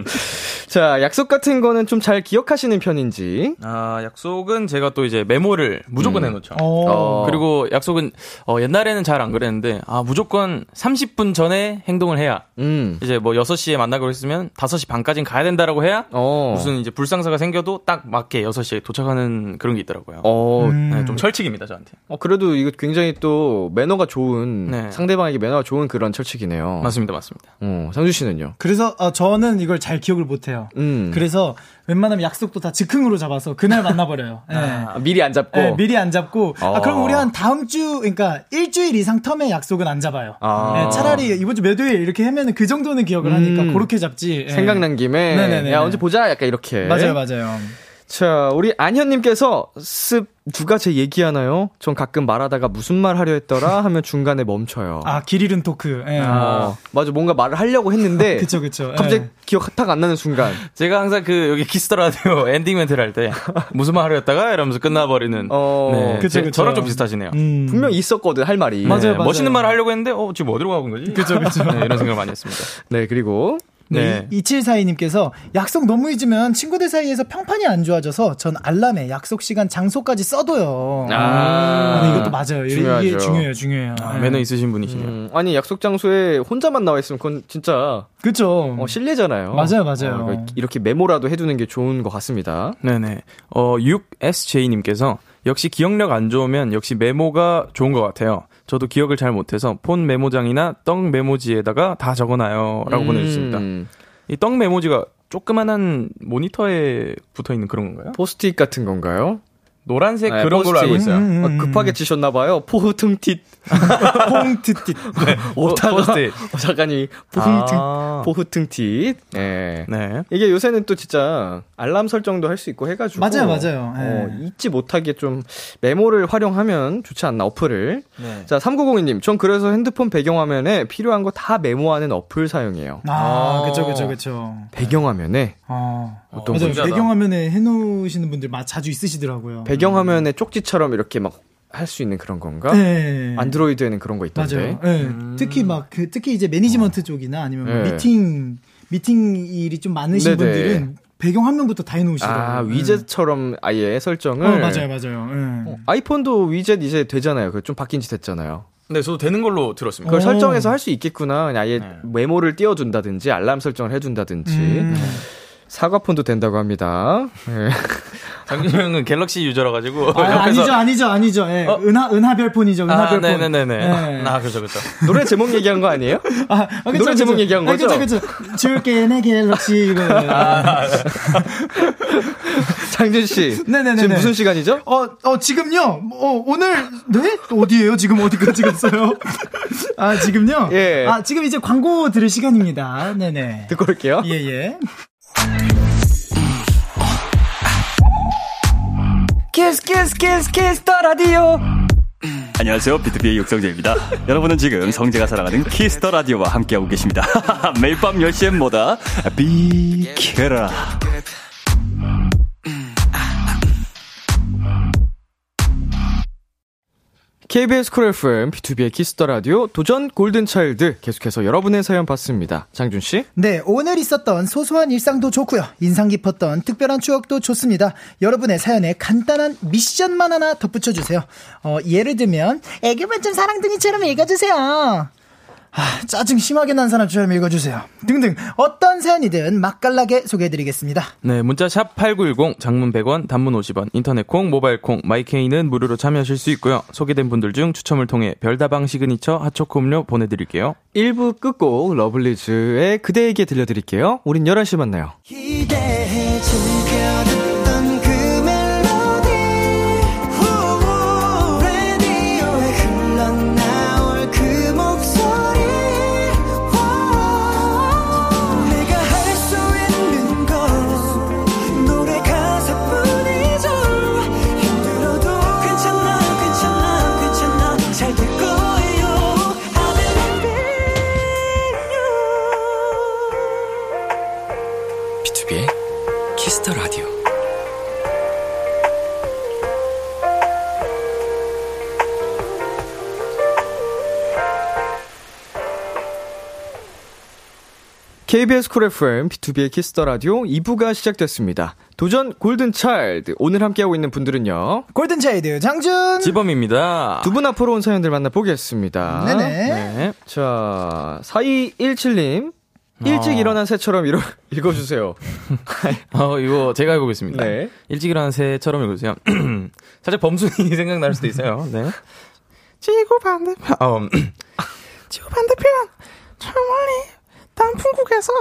B: 자, 약속 같은 거는 좀 잘 기억하시는 편인지.
E: 아, 약속은 제가 또 이제 메모를 무조건 해놓죠.
D: 어.
B: 어.
E: 그리고 약속은 어, 옛날에는 잘 안 그랬는데 아 무조건 30분 전에 행동을 해야
B: 음.
E: 이제 뭐 6시에 만나기로 했으면 5시 반까지는 가야 된다라고 해야
B: 어.
E: 무슨 이제 불상사가 생겨도 딱 맞게 6시에 도착하는 그런 게 있더라고요.
B: 어,
E: 네,
D: 음.
E: 좀 철칙입니다 저한테.
B: 어, 그래도 이거 굉장히 또 매너가 좋은
E: 네.
B: 상대방에게 매너가 좋은 그런 철칙이네요.
E: 맞습니다, 맞습니다.
B: 어, 상주 씨는요?
D: 그래서 어, 저는 이걸 잘 기억을 못해요.
B: 음.
D: 그래서 웬만하면 약속도 다 즉흥으로 잡아서 그날 만나버려요. 예.
B: 아, 미리 안 잡고.
D: 예, 미리 안 잡고 아
B: 어.
D: 그럼 우리 한 다음 주 그러니까 일주일 이상 텀의 약속은 안 잡아요.
B: 아.
D: 예, 차라리 이번 주 매도일 이렇게 하면은 그 정도는 기억을 하니까 그렇게 잡지. 예.
B: 음. 생각난 김에
D: 네네네네.
B: 야 언제 보자 약간 이렇게
D: 맞아요, 맞아요.
B: 자 우리 안현님께서 습 누가 제 얘기하나요? 전 가끔 말하다가 무슨 말 하려 했더라 <laughs> 하면 중간에 멈춰요.
D: 아 길 잃은 토크. 예.
B: 어, 맞아 뭔가 말을 하려고 했는데
D: <laughs> 그쵸, 그쵸.
B: 갑자기
D: 예.
B: 기억 탁 안 나는 순간
E: 제가 항상 그 여기 키스터 라디오 <laughs> 엔딩 멘트를 할 때 무슨 말 하려다가 이러면서 끝나버리는.
B: 어.
E: 네,
D: 그쵸,
E: 제-
D: 그쵸.
E: 저랑 좀 비슷하시네요.
D: 음.
B: 분명 히 있었거든 할 말이
E: 네,
D: 맞아요, 맞아요.
E: 멋있는 말 하려고 했는데 어 지금 어디로 가고 있는 거지? 그렇죠, <laughs> 그렇죠. 이런 생각을 많이 했습니다.
B: 네 그리고
E: 네.
D: 네. 2742님께서 약속 너무 잊으면 친구들 사이에서 평판이 안 좋아져서 전 알람에 약속 시간 장소까지 써둬요.
B: 아.
D: 근데 이것도 맞아요.
B: 중요하죠.
D: 이게 중요해요, 중요해요.
E: 아, 매너 있으신 분이시네요.
B: 음, 아니 약속 장소에 혼자만 나와 있으면 그건 진짜
D: 그쵸.
B: 어, 실례잖아요.
D: 음. 맞아요, 맞아요.
B: 어, 이렇게 메모라도 해두는 게 좋은 것 같습니다.
E: 네네. 어, 6SJ님께서 역시 기억력 안 좋으면 역시 메모가 좋은 것 같아요. 저도 기억을 잘 못해서 폰 메모장이나 떡 메모지에다가 다 적어놔요. 라고 보내주셨습니다.
B: 음,
E: 이 떡 메모지가 조그만한 모니터에 붙어 있는 그런 건가요?
B: 포스트잇 같은 건가요?
E: 노란색
B: 네,
E: 그런 걸로
B: 포스트잇.
E: 알고 있어요.
D: 음, 음, 음.
B: 아, 급하게 치셨나봐요. 포흐퉁tit. <laughs>
D: 퐁트띠.
E: 포-
B: 오타가 <laughs>
E: 포스트잇.
B: 어, 작가님 포흐퉁
E: 아.
B: 포흐퉁tit. 예.
E: 네.
B: 이게 요새는 또 진짜 알람 설정도 할 수 있고 해가지고
D: 맞아요, 맞아요.
B: 어,
D: 예.
B: 잊지 못하게 좀 메모를 활용하면 좋지 않나 어플을.
D: 네.
B: 자 3902님, 전 그래서 핸드폰 배경화면에 필요한 거 다 메모하는 어플 사용해요.
D: 아,
B: 어.
D: 그쵸, 그쵸, 그쵸.
B: 배경화면에
D: 어.
E: 어떤
D: 맞아요.
E: 분야다.
D: 배경화면에 해놓으시는 분들 마- 자주 있으시더라고요.
B: 배경화면에 쪽지처럼 이렇게 막 할 수 있는 그런 건가?
D: 네.
B: 안드로이드에는 그런 거 있던데. 음. 어.
D: 맞아요. 예. 특히 막, 그, 특히 이제 매니지먼트 쪽이나 아니면 뭐
B: 예.
D: 미팅, 미팅 일이 좀
B: 네네.
D: 많으신 분들은 배경화면부터 다 해놓으시더라고요.
B: 아
D: 예.
B: 위젯처럼 아예
D: 어,
B: 설정을.
D: 맞아요, 맞아요.
B: 어,
D: 예.
B: 아이폰도 위젯 이제 되잖아요. 그 좀 바뀐 지 됐잖아요.
E: 네, 저도 되는 걸로 들었습니다.
B: 그걸
D: 어.
B: 설정해서 할 수 있겠구나. 그냥 아예 메모를 띄워준다든지 알람 설정을 해준다든지
D: 네. 음.
B: 사과폰도 된다고 합니다. 예.
E: 장준 형은 갤럭시 유저라 가지고
D: 아, 아니죠, 아니죠, 아니죠. 예.
E: 어?
D: 은하, 은하별폰이죠,
E: 아,
D: 은하별폰.
E: 네네네네.
D: 예.
E: 아, 그렇죠, 그렇죠.
B: <laughs> 노래 제목 얘기한 거 아니에요?
D: 아, 아, 그쵸,
B: 노래 제목
D: 그쵸.
B: 얘기한 거죠? 아,
D: 아, 그쵸, 그쵸. 지울게, 내 갤럭시. 이거.
B: 장준 씨.
D: 네네네네.
B: 지금 무슨 시간이죠?
D: 어, 어, 지금요? 어, 오늘, 네? 어디에요? 지금 어디까지 갔어요? 아, 지금요?
B: 예.
D: 아, 지금 이제 광고 들을 시간입니다. 네네.
B: 듣고 올게요.
D: 예, 예.
A: 키스 키스 키스 키스 더 라디오
G: 안녕하세요. 비트비의 육성재입니다. <laughs> 여러분은 지금 성재가 사랑하는 키스터 라디오와 함께하고 계십니다. <laughs> 매일 밤 10시엔 뭐다? 비케라.
B: KBS 쿨 FM, B2B의 키스터 라디오, 도전 골든차일드. 계속해서 여러분의 사연 받습니다. 장준씨.
D: 네, 오늘 있었던 소소한 일상도 좋고요. 인상 깊었던 특별한 추억도 좋습니다. 여러분의 사연에 간단한 미션만 하나 덧붙여 주세요. 어, 예를 들면 애교만 좀 사랑둥이처럼 읽어 주세요. 아, 짜증 심하게 난 사람처럼 읽어주세요. 등등 어떤 사연이든 맛깔나게 소개해드리겠습니다.
E: 네, 문자 샵 8910, 장문 100원, 단문 50원, 인터넷 콩, 모바일 콩, 마이케이는 무료로 참여하실 수 있고요. 소개된 분들 중 추첨을 통해 별다방 시그니처 하초코 음료 보내드릴게요.
B: 1부 끝곡 러블리즈의 그대에게 들려드릴게요. 우린 11시 만나요.
C: 기대해 즐겨 듣던 그 멜로디 후, 라디오에 흘러나올 그 목소리 와, 내가 할 수 있는 건 노래 가사뿐이죠 힘들어도 괜찮아 괜찮아 괜찮아 잘 될 거예요 I believe in you
H: B2B의 키스터 라디오.
B: KBS 쿨 FM, B2B의 키스터 라디오 2부가 시작됐습니다. 도전 골든차일드. 오늘 함께하고 있는 분들은요.
D: 골든차이드 장준
E: 지범입니다.
B: 두 분 앞으로 온 사연들 만나보겠습니다.
D: 네네.
E: 네.
B: 자, 4217님.
E: 아.
B: 일찍 일어난 새처럼 이러, <laughs> 읽어주세요.
E: 어, 이거 제가 해보겠습니다.
B: 네.
E: 일찍 일어난 새처럼 읽으세요. <clears throat> 살짝 범순이 <laughs> 생각날 수도 있어요. 네. 지구 반대편, 어, <clears throat>
F: 지구 반대편 저 멀리 단풍국에서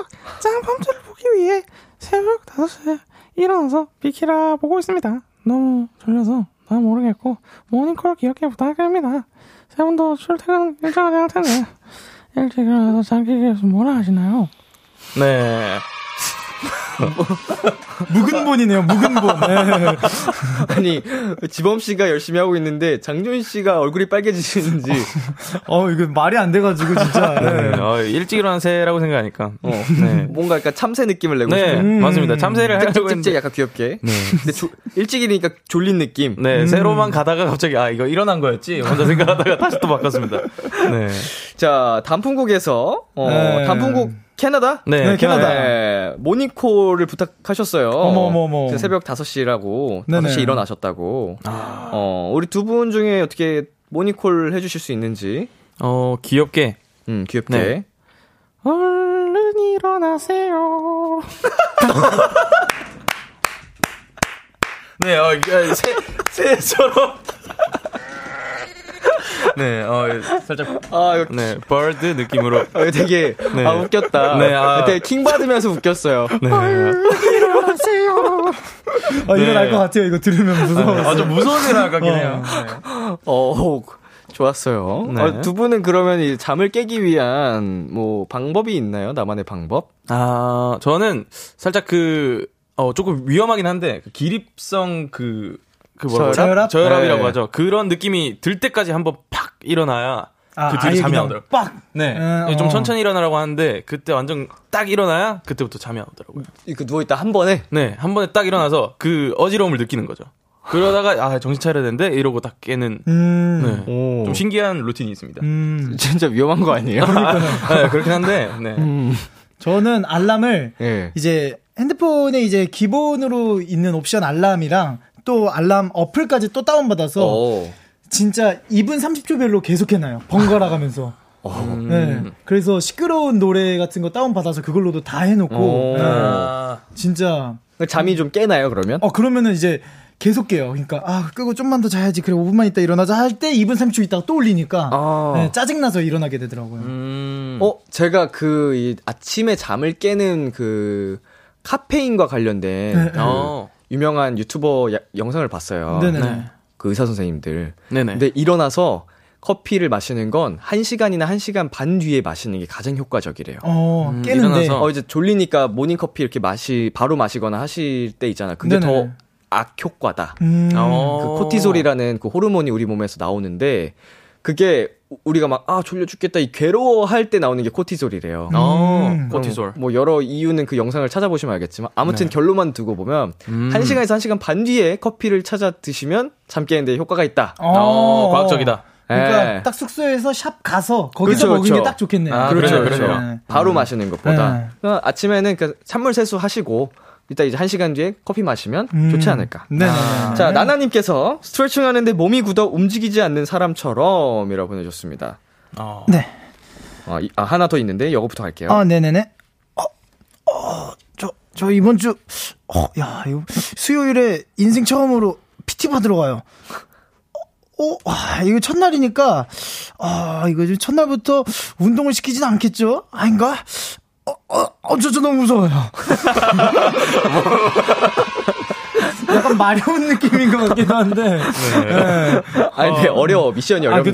F: 짱밤들을 보기 위해 새벽 5시에 일어나서 비키라 보고 있습니다. 너무 졸려서 나 모르겠고 모닝콜 기억해 부탁드립니다. 세 분도 출퇴근 일정하지 않을 텐데 일찍 일어나서 잠기 위해서 뭐라 하시나요?
E: 네.
D: 묵은본이네요 묵은본. 네.
B: 아니, 지범씨가 열심히 하고 있는데, 장준씨가 얼굴이 빨개지시는지.
D: 어 이거 말이 안 돼가지고 진짜. 네.
E: 어, 일찍 일어난 새라고 생각하니까.
B: 어, 뭔가 약간 참새 느낌을 내고
E: 네,
B: 싶어요.
E: 맞습니다. 참새를 하려고
B: 찍찍찍
E: 했는데.
B: 약간 귀엽게. 근데 조- 일찍이니까 졸린 느낌.
E: 네, 새로만 가다가 갑자기, 아, 이거 일어난 거였지? 혼자 생각하다가 <laughs> 다시 또 바꿨습니다. 네.
B: 자, 단풍국에서, 어,
D: 네.
B: 단풍국 캐나다?
E: 네,
D: 네, 캐나다.
B: 네, 모니콜을 부탁하셨어요.
D: 어머, 어머, 어머.
B: 그래서 새벽 5시라고,
D: 네네.
B: 5시에 일어나셨다고.
E: 아.
B: 어, 우리 두 분 중에 어떻게 모니콜 해주실 수 있는지,
E: 어, 귀엽게.
B: 음, 귀엽게.
E: 네.
F: 얼른 일어나세요.
E: <laughs> 네, 어, 이게 새, 새처럼. <laughs> 네, 어, 살짝,
B: 아, 이거
E: 네, bird 느낌으로.
B: 아, 이거 되게,
E: 네.
B: 아, 웃겼다.
E: 네, 아.
B: 되게 킹 받으면서 웃겼어요.
F: 아,
E: 네.
F: 일어나세요.
D: 어, 이건
E: 네.
D: 알 것 같아요 이거 들으면 무서워.
E: 아, 좀 무서운 일같긴 해요.
B: 어, 좋았어요.
E: 네.
B: 어, 두 분은 그러면 이 잠을 깨기 위한, 뭐, 방법이 있나요? 나만의 방법?
E: 아, 저는 살짝 그, 어, 조금 위험하긴 한데, 그 기립성 그, 그 뭐라고
D: 저혈압?
E: 이
B: 네.
E: 라고 하죠. 그런 느낌이 들 때까지 한번 팍 일어나야 그 뒤로
D: 아예
E: 잠이
D: 그냥
E: 안 오더라고요.
D: 빡.
E: 네.
D: 음,
E: 좀
D: 어.
E: 천천히 일어나라고 하는데, 그때 완전 딱 일어나야 그때부터 잠이 안 오더라고요.
B: 이렇게 누워있다 한 번에?
E: 네. 한 번에 딱 일어나서 그 어지러움을 느끼는 거죠. 그러다가, 아, 정신 차려야 되는데, 이러고 딱 깨는,
D: 음.
E: 네.
B: 오.
E: 좀 신기한 루틴이 있습니다.
D: 음.
B: 진짜 위험한 거
E: <laughs>
B: 아니에요?
E: 네, 그렇긴 한데, 네.
D: 음. 저는 알람을
B: 예.
D: 이제 핸드폰에 이제 기본으로 있는 옵션 알람이랑 또 알람 어플까지 또 다운받아서
B: 어.
D: 진짜 2분 30초별로 계속 해놔요. 번갈아 가면서. 네. 그래서 시끄러운 노래 같은 거 다운받아서 그걸로도 다 해놓고.
B: 오. 그
D: 네.
E: 아,
D: 진짜.
B: 잠이 좀 깨나요, 그러면?
D: 어, 그러면은 이제 계속 깨요. 그러니까, 아, 끄고 좀만 더 자야지. 그래, 5분만 있다 일어나자 할 때 2분 30초 있다가 또 올리니까.
B: 아.
D: 네, 짜증나서 일어나게 되더라고요.
E: 음.
B: 어, 제가 그, 이 아침에 잠을 깨는 그, 카페인과 관련된, 그
E: 어.
B: 유명한 유튜버 야- 영상을 봤어요.
D: 네, 네네.
B: 그 의사 선생님들.
E: 네네.
B: 근데 일어나서 커피를 마시는 건 1시간이나 1시간 반 뒤에 마시는 게 가장 효과적이래요.
D: 어,
E: 음,
D: 깨는데.
E: 일어나서.
B: 어, 이제 졸리니까 모닝커피 이렇게 마시, 바로 마시거나 하실 때 있잖아. 그게
D: 네네.
B: 더 악효과다.
D: 음.
E: 어.
B: 그 코티솔이라는 그 호르몬이 우리 몸에서 나오는데 그게 우- 우리가 막 아 졸려 죽겠다 이 괴로워할 때 나오는 게 코티솔이래요.
E: 어,
D: 음.
E: 코티솔.
B: 뭐 여러 이유는 그 영상을 찾아보시면 알겠지만 아무튼 결론만 두고 보면
E: 음.
B: 한시간에서한시간반 뒤에 커피를 찾아 드시면 잠 깨는데 효과가 있다.
D: 어.
E: 과학적이다.
D: 그러니까
B: 예.
D: 딱 숙소에서 샵 가서 거기서
B: 그렇죠,
D: 먹는
B: 그렇죠.
D: 게 딱 좋겠네요.
E: 아,
B: 그렇죠,
E: 그래요,
B: 그렇죠.
E: 그래요.
D: 네.
B: 바로 마시는 것보다.
D: 네.
B: 그러니까 아침에는 그 찬물 세수하시고, 이따 이제 한 시간 뒤에 커피 마시면
D: 음.
B: 좋지 않을까.
D: 네네.
B: 자, 나나님께서 스트레칭 하는데 몸이 굳어 움직이지 않는 사람처럼 이라고 보내줬습니다.
D: 네.
B: 아, 이- 아, 하나 더 있는데, 이거부터 갈게요.
D: 아, 네네네. 어, 어, 저, 저 이번 주, 어, 야, 이거 수요일에 인생 처음으로 PT 받으러 가요. 어, 와, 이거 첫날이니까, 아, 이거 좀 첫날부터 운동을 시키진 않겠죠? 아닌가? 어, 어, 어, 저, 저 너무 무서워요. <laughs> 약간 마려운 느낌인 것 같기도 한데.
E: 네.
D: 네.
B: <laughs> 아니, 근데 어려워. 미션이
D: 아,
B: 어렵네.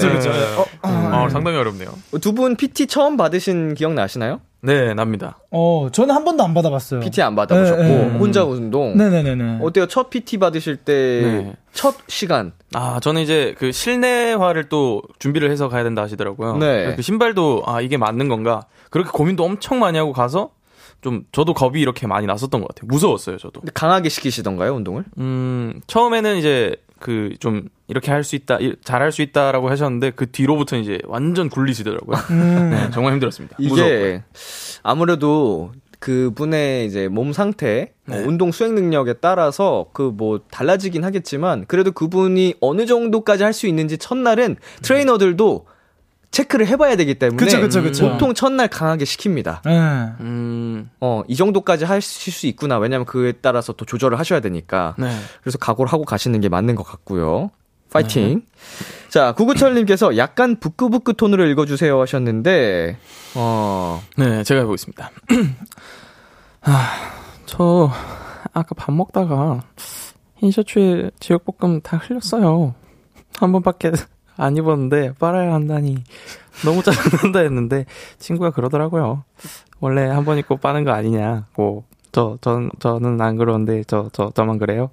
E: 어, 상당히 어렵네요.
B: 두 분 PT 처음 받으신 기억 나시나요?
E: 네, 납니다.
D: 어, 저는 한 번도 안 받아봤어요.
B: PT 안 받아보셨고,
D: 네, 네.
B: 혼자 운동.
D: 네네네네.
B: 어때요? 첫 PT 받으실 때,
E: 네.
B: 첫 시간.
E: 아, 저는 이제 그 실내화를 또 준비를 해서 가야 된다 하시더라고요.
B: 네.
E: 그 신발도 아, 이게 맞는 건가? 그렇게 고민도 엄청 많이 하고 가서 좀 저도 겁이 이렇게 많이 났었던 것 같아요. 무서웠어요, 저도.
B: 근데 강하게 시키시던가요, 운동을?
E: 음, 처음에는 이제 그 좀 이렇게 할 수 있다, 잘 할 수 있다라고 하셨는데 그 뒤로부터 이제 완전 굴리시더라고요. 네, 정말 힘들었습니다.
B: 이게
E: 무서웠고요.
B: 아무래도 그분의 이제 몸 상태,
E: 네.
B: 어, 운동 수행 능력에 따라서 그 뭐 달라지긴 하겠지만 그래도 그분이 어느 정도까지 할 수 있는지 첫날은 트레이너들도 체크를 해봐야 되기 때문에
D: 그쵸, 그쵸, 그쵸.
B: 보통 첫날 강하게 시킵니다.
D: 네.
E: 음,
B: 어, 이 정도까지 하실 수 있구나. 왜냐면 그에 따라서 또 조절을 하셔야 되니까.
E: 네.
B: 그래서 각오를 하고 가시는 게 맞는 것 같고요.
E: 네.
B: 파이팅. 자, 구구철님께서 약간 부끄부끄 톤으로 읽어주세요 하셨는데, 어,
E: 네, 제가
F: <clears throat>
E: 해보겠습니다.
F: 아, 저 아까 밥 먹다가 흰셔츠에 제육볶음 다 흘렸어요. 한 번밖에 안 입었는데 빨아야 한다니 너무 짜증난다 했는데 친구가 그러더라고요. 원래 한 번 입고 빠는 거 아니냐고. 뭐, 저, 전, 저는 안 그러는데 저, 저, 저만 그래요?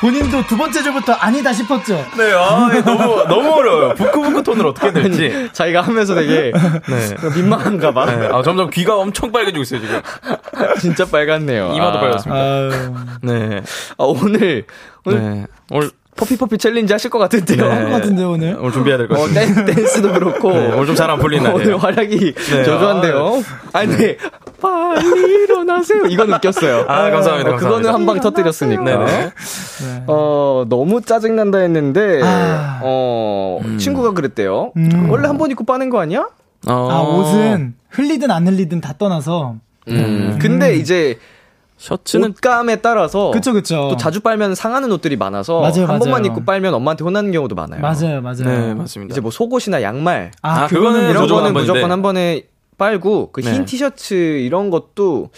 D: 본인도 두 번째 줄부터 아니다 싶었죠?
E: 네, 아, 이거 너무, 너무 어려워요. 부끄부끄 톤을 어떻게 낼지.
B: 자기가 하면서
E: <laughs>
B: 되게
E: 네.
B: 민망한가 봐.
E: 네, 아, 점점 귀가 엄청 빨개지고 있어요, 지금.
F: 아,
B: 진짜 빨갛네요.
E: 이마도
B: 아.
E: 빨갛습니다.
D: 아유.
E: 네.
B: 아, 오늘, 오늘
E: 네. 오늘,
B: 퍼피퍼피 챌린지 하실 것 같은데요.
E: 네.
D: 한것 같은데 오늘.
E: 오늘 준비해야 될 것
B: 어,
E: 같습니다.
B: 댄, 댄스도 그렇고.
E: 네, 오늘 좀 잘 안 풀리는
B: 어, 오늘
E: 날이에요.
B: 활약이
E: 네.
B: 저조한데요. 아니, 근데 빨리 일어나세요. 이건 웃겼어요.
E: 아, 감사합니다.
B: 어, 그거는
E: 감사합니다.
B: 한 방에 터뜨렸으니까.
E: 네네.
B: 어, 너무 짜증난다 했는데,
D: 아.
B: 어,
E: 음.
B: 친구가 그랬대요.
D: 음.
B: 원래 한 번 입고 빠는 거 아니야?
E: 어.
D: 아 옷은 흘리든 안 흘리든 다 떠나서.
E: 음.
B: 음. 근데 이제
E: 셔츠는
B: 옷감에 따라서
D: 음. 그쵸 그쵸.
B: 또 자주 빨면 상하는 옷들이 많아서
D: 맞아요,
B: 한 번만
D: 맞아요.
B: 입고 빨면 엄마한테 혼나는 경우도 많아요.
D: 맞아요 맞아요.
E: 네, 맞습니다.
B: 이제 뭐 속옷이나 양말
D: 아,
E: 아,
D: 그거는
E: 그거는
B: 이런
E: 무조건
B: 거는
E: 한 번인데.
B: 무조건 한 번에 빨고 그 흰
E: 네.
B: 티셔츠 이런 것도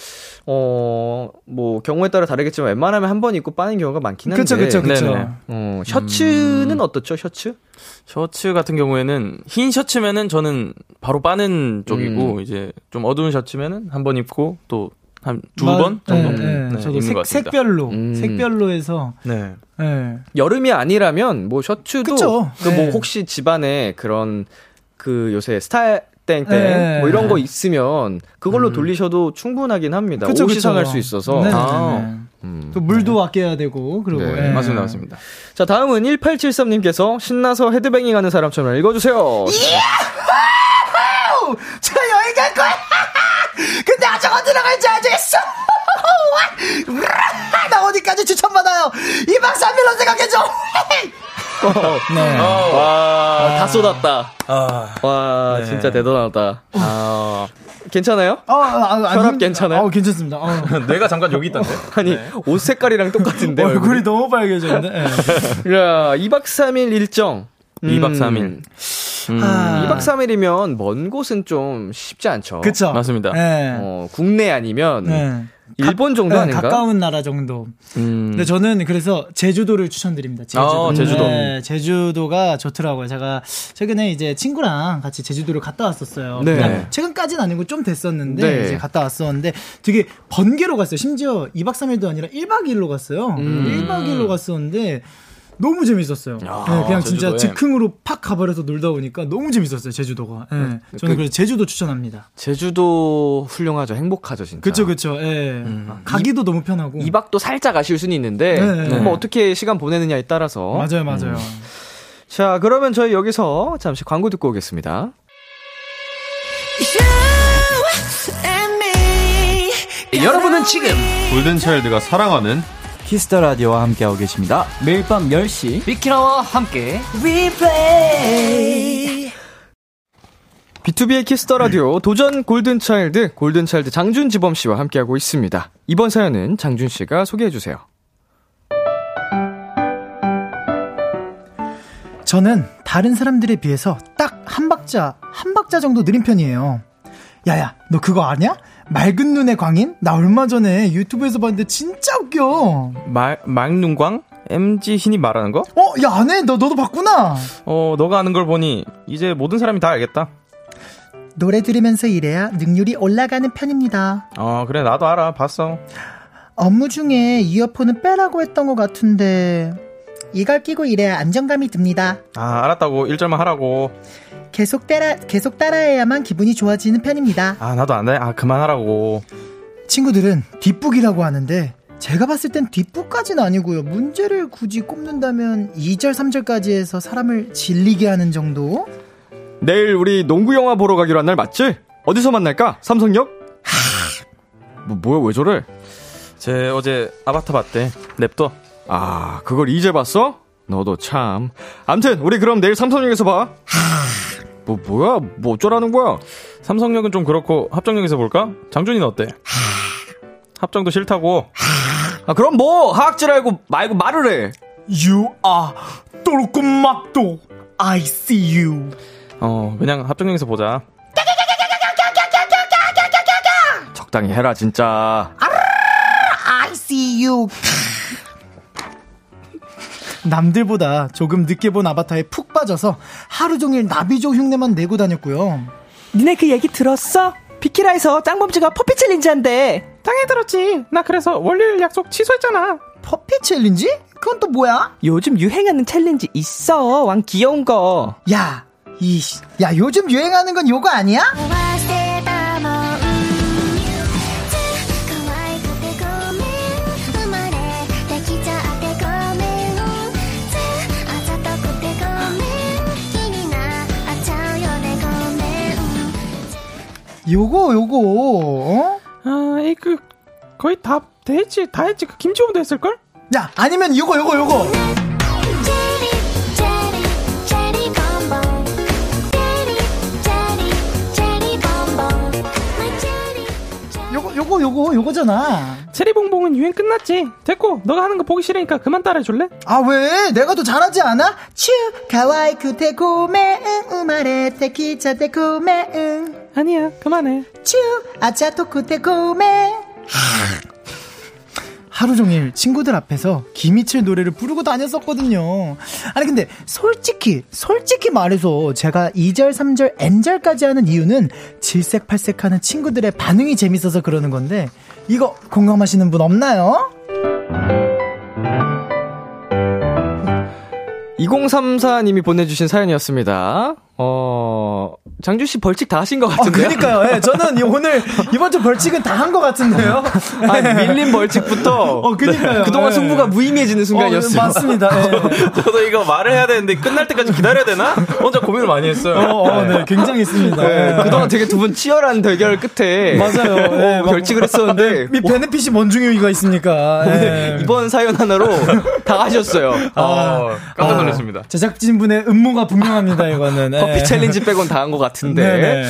B: 어 뭐 경우에 따라 다르겠지만 웬만하면 한 번 입고 빠는 경우가 많긴 한데
D: 그쵸 그쵸 음. 그쵸.
E: 네네.
B: 어, 셔츠는 어떻죠 셔츠?
E: 셔츠 같은 경우에는 흰 셔츠면은 저는 바로 빠는 쪽이고 이제 좀 어두운 셔츠면은 한 번 입고 또 한 두
D: 맞-
E: 번 정도
D: 네, 네.
E: 네,
D: 저도
E: 입는 것
D: 색,
E: 같습니다.
D: 색별로
B: 음.
D: 색별로 해서.
E: 네.
D: 네.
B: 여름이 아니라면 뭐 셔츠도
D: 그쵸.
B: 그뭐
D: 네.
B: 혹시 집안에 그런 그 요새 스타일 땡땡
D: 네. 음.
B: 뭐 이런 거 있으면 그걸로 돌리셔도 충분하긴 합니다. 옷이 상할 수 있어서.
D: 네네네.
E: 아.
B: 음.
D: 또 물도 아껴야 되고 그리고.
B: 네,
D: 예.
E: 맞습니다, 맞습니다.
B: 자 다음은 1873님께서 신나서 헤드뱅잉 하는 사람처럼 읽어주세요.
D: <laughs> 예! 저 여행 갈 거야. <laughs> 근데 아직 어디로 갈지 알겠어. <laughs> 나 어디까지 추천받아요? 2박 3일로 생각해줘. <laughs> 네.
B: 와 다 쏟았다.
E: 아,
B: 와
E: 네.
B: 진짜 대단하다.
E: 아
B: 괜찮아요?
D: 어, 아, 아,
B: 혈압
D: 힘-
B: 괜찮아요?
D: 어, 괜찮습니다. 어.
E: 뇌가 잠깐 여기 있던데.
B: 아니 옷 색깔이랑 똑같은데 얼굴이.
D: <laughs> 얼굴이 너무 빨개졌는데. 예.
B: 야 2박 3일 일정.
E: 2박 3일. 음,
D: 아.
B: 2박 3일이면 먼 곳은 좀 쉽지 않죠.
D: 그쵸.
E: 맞습니다.
D: 예.
B: 어, 국내 아니면
D: 예.
B: 일본 정도
D: 예,
B: 아닌가?
D: 가까운 나라 정도.
E: 음.
D: 근데 저는 그래서 제주도를 추천드립니다. 제주도.
E: 아, 제주도.
D: 네, 제주도가 좋더라고요. 제가 최근에 이제 친구랑 같이 제주도를 갔다 왔었어요.
B: 네.
D: 그러니까 최근까지는 아니고 좀 됐었는데
B: 네.
D: 이제 갔다 왔었는데 되게 번개로 갔어요. 심지어 2박 3일도 아니라 1박 2일로 갔어요. 1박 2일로 갔었는데 너무 재밌었어요. 네, 그냥 진짜
E: 제주도에.
D: 즉흥으로 팍 가버려서 놀다 보니까 너무 재밌었어요. 제주도가. 네, 저는 그래서 제주도 추천합니다.
B: 제주도 훌륭하죠. 행복하죠, 진짜.
D: 그쵸 그쵸. 예. 가기도 너무 편하고.
B: 2박도 살짝 아쉬울 수는 있는데
D: 네, 네,
B: 뭐
D: 네.
B: 어떻게 시간 보내느냐에 따라서
D: 맞아요 맞아요.
B: 자, 그러면 저희 여기서 잠시 광고 듣고 오겠습니다.
A: 여러분은 지금
E: 골든차일드가 사랑하는
I: 키스터 라디오와 함께하고 계십니다. 매일 밤 10시
A: 비키라와 함께
B: B2B의 키스터 라디오 도전 골든 차일드 골든 차일드 장준 지범 씨와 함께하고 있습니다. 이번 사연은 장준 씨가 소개해 주세요.
D: 저는 다른 사람들에 비해서 딱 한 박자, 한 박자 정도 느린 편이에요. 야야, 너 그거 아냐? 맑은 눈의 광인? 나 얼마 전에 유튜브에서 봤는데 진짜 웃겨.
E: 말, 막눈광? MG 신이 말하는 거?
D: 어, 야, 안 해. 너, 너도 봤구나.
E: 어, 너가 아는 걸 보니 이제 모든 사람이 다 알겠다.
D: 노래 들으면서 일해야 능률이 올라가는 편입니다.
E: 어, 그래, 나도 알아. 봤어.
D: 업무 중에 이어폰은 빼라고 했던 것 같은데, 이걸 끼고 일해야 안정감이 듭니다.
E: 아, 알았다고. 일절만 하라고.
D: 계속 따라, 계속 따라해야만 기분이 좋아지는 편입니다.
E: 아, 나도 안 해. 아, 그만하라고.
D: 친구들은 뒷북이라고 하는데 제가 봤을 땐 뒷북까지는 아니고요. 문제를 굳이 꼽는다면 2절, 3절까지 해서 사람을 질리게 하는 정도?
B: 내일 우리 농구 영화 보러 가기로 한 날 맞지? 어디서 만날까? 삼성역? 하, 뭐 뭐야 왜 저래?
E: 쟤 어제 아바타 봤대. 냅둬.
B: 아, 그걸 이제 봤어? 너도 참. 암튼 우리 그럼 내일 삼성역에서 봐. 뭐 뭐야? 뭐 어쩌라는 거야?
E: 삼성역은 좀 그렇고 합정역에서 볼까? 장준이는 어때? 합정도 싫다고.
B: 아, 그럼 뭐 하악질 알고 말고 말을 해.
D: You are 또르꿈막도 I see you.
E: 어, 그냥 합정역에서 보자.
B: 적당히 해라 진짜.
D: I see you. 남들보다 조금 늦게 본 아바타에 푹 빠져서 하루 종일 나비조 흉내만 내고 다녔고요.
A: 니네 그 얘기 들었어? 비키라에서 짱범주가 퍼피 챌린지한대
F: 당연히 들었지. 나 그래서 월요일 약속 취소했잖아.
D: 퍼피 챌린지? 그건 또 뭐야?
A: 요즘 유행하는 챌린지 있어 왕 귀여운 거
D: 야, 이, 씨. 야, 요즘 유행하는 건 요거 아니야?
J: 壊してたもん可愛くてごめん生まれてきちゃってごめんあざとくてごめん気になっちゃうよねごめん
D: 요거, 요거, 어?
F: 아, 이 그 거의 다 됐지. 다 했지. 그 김지원도 했을걸?
D: 야, 아니면 요거, 요거, 요거.
J: 체리 체리 체리 봄봄 체리 체리 체리 봄봄 My 체리
D: 요거, 요거, 요거, 요거잖아.
F: 체리봉봉은 유행 끝났지. 됐고, 너가 하는 거 보기 싫으니까 그만 따라해줄래?
D: 아, 왜? 내가 더 잘하지 않아? 츄, 가와이쿠 데코메, 우마레 테키차 데코메,
F: 아니야, 그만해.
D: 츄, 아차토쿠 데코메. 하루 종일 친구들 앞에서 김희철 노래를 부르고 다녔었거든요. 아니 근데 솔직히 솔직히 말해서 제가 2절, 3절, N절까지 하는 이유는 질색팔색하는 친구들의 반응이 재밌어서 그러는 건데 이거 공감하시는 분 없나요?
B: 2034님이 보내주신 사연이었습니다. 어, 장준 씨 벌칙 다 하신 것
D: 아,
B: 같은데요?
D: 그니까요. 예, 저는 이-
B: <laughs>
D: 오늘 이번 주 벌칙은 다 한 것 같은데요. 예.
B: 아, 밀린 벌칙부터.
D: 어, 그니까요.
B: 그동안
D: 예.
B: 승부가 무의미해지는 순간이었어요.
D: 어, 맞습니다.
B: <laughs>
D: 예.
E: 저도 이거 말을 해야 되는데 끝날 때까지 기다려야 되나? 혼자 고민을 많이 했어요.
D: 어, 어, 네, 굉장히 있습니다.
B: 네,
D: 예.
B: 그동안 되게 두 분 치열한 대결 끝에
D: 맞아요. 예,
B: 어,
D: 막-
B: 결칙을 했었는데
D: 이 베네핏이 뭔 중요이가 있습니까? 예.
B: 어, 네. <laughs> 이번 사연 하나로 다 하셨어요.
D: 아,
E: 어, 깜짝 놀랐습니다.
D: 제작진분의 음모가 분명합니다, 이거는. 예.
B: <laughs> 어, 커피 챌린지 빼곤 다 한 것 같은데.
D: 네네.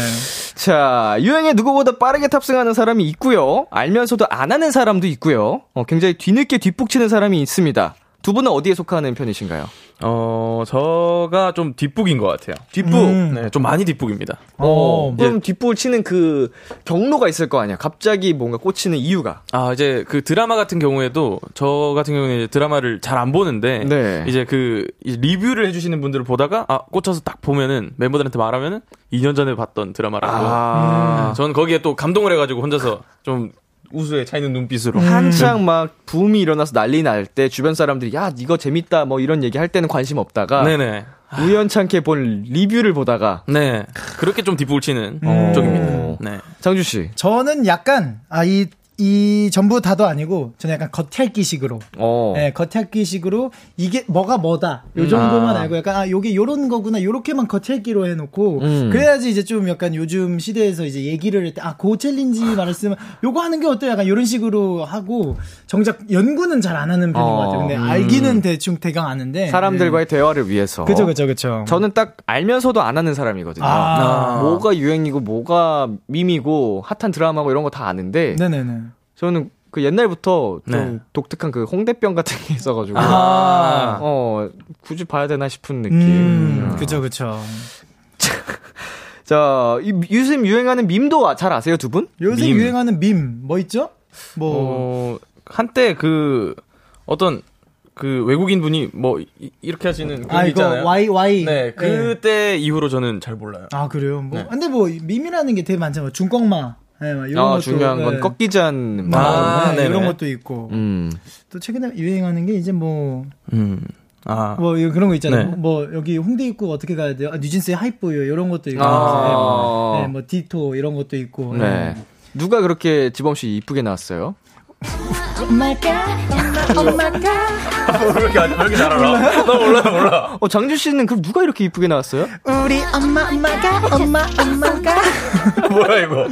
B: 자, 유행에 누구보다 빠르게 탑승하는 사람이 있고요. 알면서도 안 하는 사람도 있고요. 어, 굉장히 뒤늦게 뒷북치는 사람이 있습니다. 두 분은 어디에 속하는 편이신가요?
E: 어, 저가 좀 뒷북인 것 같아요. 뒷북?
B: 음.
E: 네, 좀 많이 뒷북입니다.
D: 어,
B: 그럼 뒷북을 치는 그 경로가 있을 거 아니야. 갑자기 뭔가 꽂히는 이유가.
E: 아, 이제 그 드라마 같은 경우에도 저 같은 경우는 이제 드라마를 잘 안 보는데
B: 네.
E: 이제 그 이제 리뷰를 해주시는 분들을 보다가 아, 꽂혀서 딱 보면은 멤버들한테 말하면은 2년 전에 봤던 드라마라고.
B: 아.
E: 네, 저는 거기에 또 감동을 해가지고 혼자서 좀 우수에 차있는
B: 음.
E: 눈빛으로.
B: 한창 막 붐이 일어나서 난리 날 때 주변 사람들이 야, 이거 재밌다 뭐 이런 얘기 할 때는 관심 없다가
E: 아. 네네.
B: 우연찮게 본 리뷰를 보다가
E: 네.
D: 음. 어.
E: 그렇게 좀 뒷북을 치는 쪽입니다. 네.
B: 장주 씨.
D: 저는 약간, 아, 이 이 전부 다도 아니고 저는 약간 겉핥기식으로
B: 어,
D: 네, 겉핥기식으로 이게 뭐가 뭐다 요 정도만
B: 아.
D: 알고 약간 아 요게 요런 거구나 요렇게만 겉핥기로 해놓고
B: 음.
D: 그래야지 이제 좀 약간 요즘 시대에서 이제 얘기를 할 때 아 고 챌린지 <laughs> 말했으면 요거 하는 게 어때 약간 요런 식으로 하고 정작 연구는 잘 안 하는 편인 것 같아요 근데
B: 어, 음.
D: 알기는 대충 대강 아는데 네.
B: 사람들과의 대화를 위해서.
D: 그쵸, 그쵸, 그쵸.
B: 저는 딱 알면서도 안 하는 사람이거든요.
D: 어. 아.
B: 뭐가 유행이고, 뭐가 밈이고, 핫한 드라마고 이런 거 다 아는데.
D: 네네네
B: 저는 그 옛날부터 좀
E: 네.
B: 독특한 그 홍대병 같은 게 있어가지고.
E: 아.
B: 어, 굳이 봐야 되나 싶은 느낌.
D: 음,
B: 음.
D: 그쵸 그쵸
B: 자, 이, 요즘 유행하는 밈도 아- 잘 아세요, 두 분?
D: 요새
E: 밈.
D: 유행하는 밈 뭐 있죠? 뭐
E: 어, 한때 그 어떤 그 외국인 분이 뭐 이- 이렇게 하시는 그런
D: 아,
E: 게
D: 이거
E: 있잖아요.
D: Y, Y.
E: 네,
D: 네.
E: 그때 이후로 저는 잘 몰라요.
D: 아 그래요. 뭐
E: 네.
D: 근데 뭐 밈이라는 게 되게 많잖아요. 중꺾마. 예, 막 이런
B: 아,
D: 것도
B: 중요한 건
D: 예.
B: 꺾이지 않는
D: 뭐,
B: 말.
E: 아,
D: 네,
E: 네네.
D: 이런 것도 있고
B: 음.
D: 또 최근에 유행하는 게 이제 뭐 뭐
E: 음. 아.
D: 그런 거 있잖아요.
E: 네.
D: 뭐 여기 홍대 입구 어떻게 가야 돼요? 아, 뉴진스의 하이보요 이런 것도 있고,
B: 아.
D: 네, 뭐, 네, 뭐 디토 이런 것도 있고.
B: 네. 누가 그렇게 지범 씨 이쁘게 나왔어요?
E: 왜 이렇게 안- 왜 이렇게 잘 알아? 나 몰라 몰라.
B: 어, 장준 씨는 그럼 누가 이렇게 이쁘게
D: <laughs>
B: 나왔어요?
C: 우리 엄마 엄마가 엄마 엄마가
E: 뭐야 이거?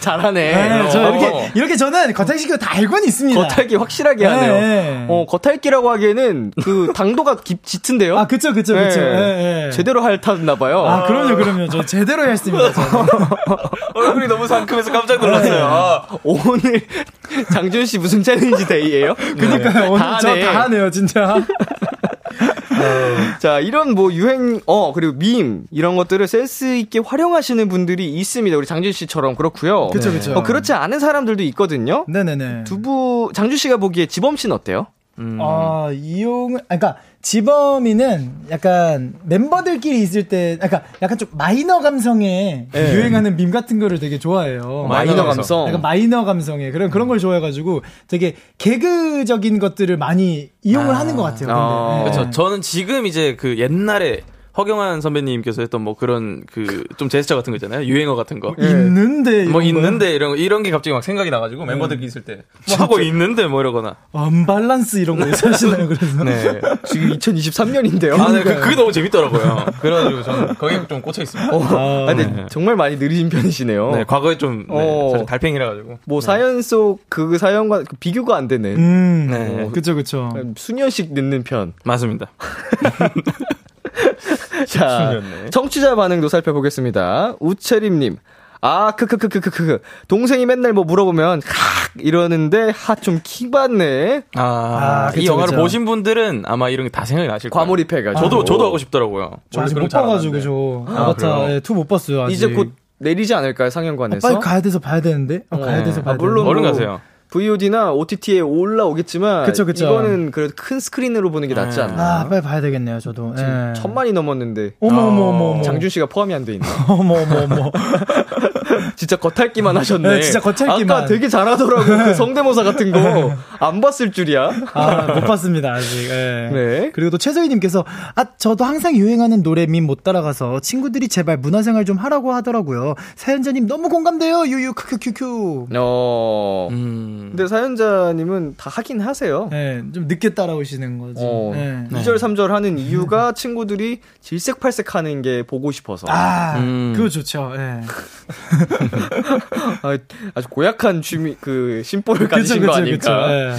B: 잘하네.
D: 네, 저
E: 어.
D: 이렇게 이렇게 저는 겉핥기로 다 알고는 있습니다.
B: 겉핥기 확실하게 하네요.
D: 네.
B: 어, 겉핥기라고 하기에는 그 당도가 깊, 짙은데요?
D: 아 그쵸 그쵸 그쵸.
B: 네.
D: 예, 예.
B: 제대로 핥았나봐요.
D: 아 그럼요 그럼요. 저 제대로 했습니다. 저는.
E: 얼굴이 너무 상큼해서 깜짝 놀랐어요. 아,
B: 오늘 <laughs> 장준 씨 무슨 챌린지 데이예요?
D: <laughs> 그러니까요. 오늘
B: 다 하네.
D: 저다 하네요 진짜.
B: 자, 이런 뭐 유행, 어, 그리고 밈, 이런 것들을 센스 있게 활용하시는 분들이 있습니다. 우리 장준 씨처럼 그렇고요
D: 그쵸, 그쵸.
B: 어, 그렇지 않은 사람들도 있거든요.
D: <laughs> 네네네.
B: 두부, 장준 씨가 보기에 지범 씨는 어때요?
E: 음.
D: 아, 이용은, 아, 그니까, 지범이는 약간 멤버들끼리 있을 때, 약간, 약간 좀 마이너 감성의 유행하는 밈 같은 거를 되게 좋아해요.
E: 예. 어, 마이너
B: 마이너
E: 감성.
B: 감성.
D: 약간 마이너 감성의 그런, 그런 걸 좋아해가지고 되게 개그적인 것들을 많이 이용을 하는 것 같아요. 근데.
B: 아.
D: 네.
E: 그렇죠. 저는 지금 이제 그 옛날에 허경환 선배님께서 했던 뭐 그런 그 좀 제스처 같은 거 있잖아요. 유행어 같은 거.
D: 있는데. 이런 거요?
E: 뭐
D: 음.
E: 있는데 이런 이런 게 갑자기 막 생각이 나가지고 멤버들끼리 있을 때뭐 하고 있는데 뭐 이러거나
D: 언밸런스 이런 거 있으시나요, 그래서?
E: 네.
D: <laughs>
B: 지금 2023년인데요.
E: 아, 네, 그, 그게 너무 재밌더라고요. 그래가지고 저는 거기에 좀 꽂혀 있습니다.
D: 어.
B: 아, 근데 정말 많이 느리신 편이시네요.
E: 네, 과거에 좀 네,
B: 어.
E: 사실 달팽이라 가지고.
D: 네.
B: 뭐 사연 속 그 사연과 비교가 안 되는
D: 음.
E: 네.
D: 어, 그쵸, 그쵸.
B: 수년씩 늦는 편.
E: 맞습니다.
B: 자,
E: 수년이었네.
B: 청취자 반응도 살펴보겠습니다. 우채림님. 아, 크크크크크크. 동생이 맨날 뭐 물어보면, 칵! 이러는데, 하, 좀 킹받네.
E: 아,
D: 아,
E: 이
D: 그쵸,
E: 영화를
D: 그쵸.
E: 보신 분들은 아마 이런 게 다 생각이 나실 거예요. 네,
B: 과몰입해가지고.
E: 저도 저도 하고 싶더라고요.
D: 아, 저
E: 원래
D: 아직
E: 그런
D: 못
E: 거잘
D: 봐가지고,
E: 하는데.
D: 저. 아바타,
E: 그래요?
D: 예, 2못 봤어요, 아직.
B: 이제 곧 내리지 않을까요, 상영관에서?
D: 빨리 가야 돼서 봐야 되는데? 어, 가야
B: 네.
D: 돼서
B: 아,
D: 봐야
B: 물론
E: 얼른
B: 뭐
E: 가세요.
B: VOD나 OTT에 올라오겠지만,
D: 그쵸, 그쵸.
B: 이거는 그래도 큰 스크린으로 보는 게 낫지 않나.
D: 아, 빨리 봐야 되겠네요, 저도. 예.
B: 천만이 넘었는데,
D: 어머, 어머, 어머, 어머.
B: 장준 씨가 포함이 안 돼 있네.
D: <laughs> 어머, 어머, 어머.
B: 진짜 겉핥기만 하셨네.
D: 네, 진짜 겉핥기만. 네.
B: 아까 되게 잘하더라고. 그 성대모사 같은 거. 안 봤을 줄이야.
D: 아, 못 봤습니다, 아직. 예.
B: 네.
D: 그리고 또 최소희님께서, 아, 저도 항상 유행하는 노래 밈 못 따라가서 친구들이 제발 문화생활 좀 하라고 하더라고요. 사연자님 너무 공감돼요, 유유, 크크큐큐.
B: 어.
E: 음.
B: 근데 사연자님은 다 하긴 하세요.
D: 예, 좀 늦게 따라오시는 거지.
B: 어.
D: 예.
B: 2절, 3절 하는 이유가 친구들이 질색팔색 하는 게 보고 싶어서. 아.
D: 아,
E: 음.
D: 그거 좋죠, 예.
B: 아주 고약한 취미, 그, 심보를 가지신 거 아닐까.
D: 예.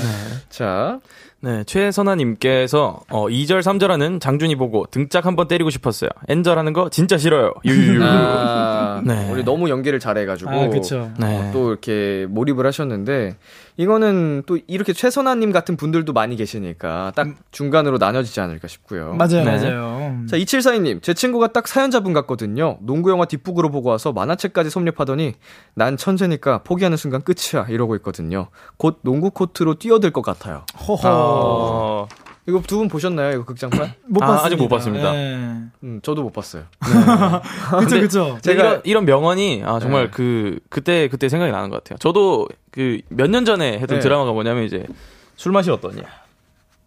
B: 자.
E: 네, 최선아님께서 어, 2절 3절 하는 장준이 보고 등짝 한번 때리고 싶었어요. 엔절 하는 거 진짜 싫어요. 유유유.
B: 아,
E: 음. 네.
B: 우리 너무 연기를 잘해가지고.
D: 아, 그쵸.
E: <laughs> 네.
B: 또 이렇게 몰입을 하셨는데 이거는 또 이렇게 최선아님 같은 분들도 많이 계시니까
E: 음.
B: 딱 중간으로 나눠지지 않을까 싶고요.
D: 맞아요,
E: 네.
D: 맞아요.
B: 자 2742님 제 친구가 딱 사연자분 같거든요. 농구 영화 뒷북으로 보고 와서 만화책까지 섭렵하더니 난 천재니까 포기하는 순간 끝이야 이러고 있거든요. 곧 농구 코트로 뛰어들 것 같아요.
D: 허허.
E: 어,
B: 이거 두 분 보셨나요? 이거
E: <coughs>
B: 극장판?
D: 못
E: 아,
D: 봤습니다.
E: 아직 못 봤습니다.
D: 예.
B: 음, 저도 못 봤어요.
D: 그쵸, 그쵸.
B: 제가-
E: 제가 네, 이런, 이런 명언이 아 정말
B: 네.
E: 그 그때 그때 생각이 나는 것 같아요. 저도 그 몇 년 전에 했던
B: 네.
E: 드라마가 뭐냐면 이제 술 맛이 어떠냐,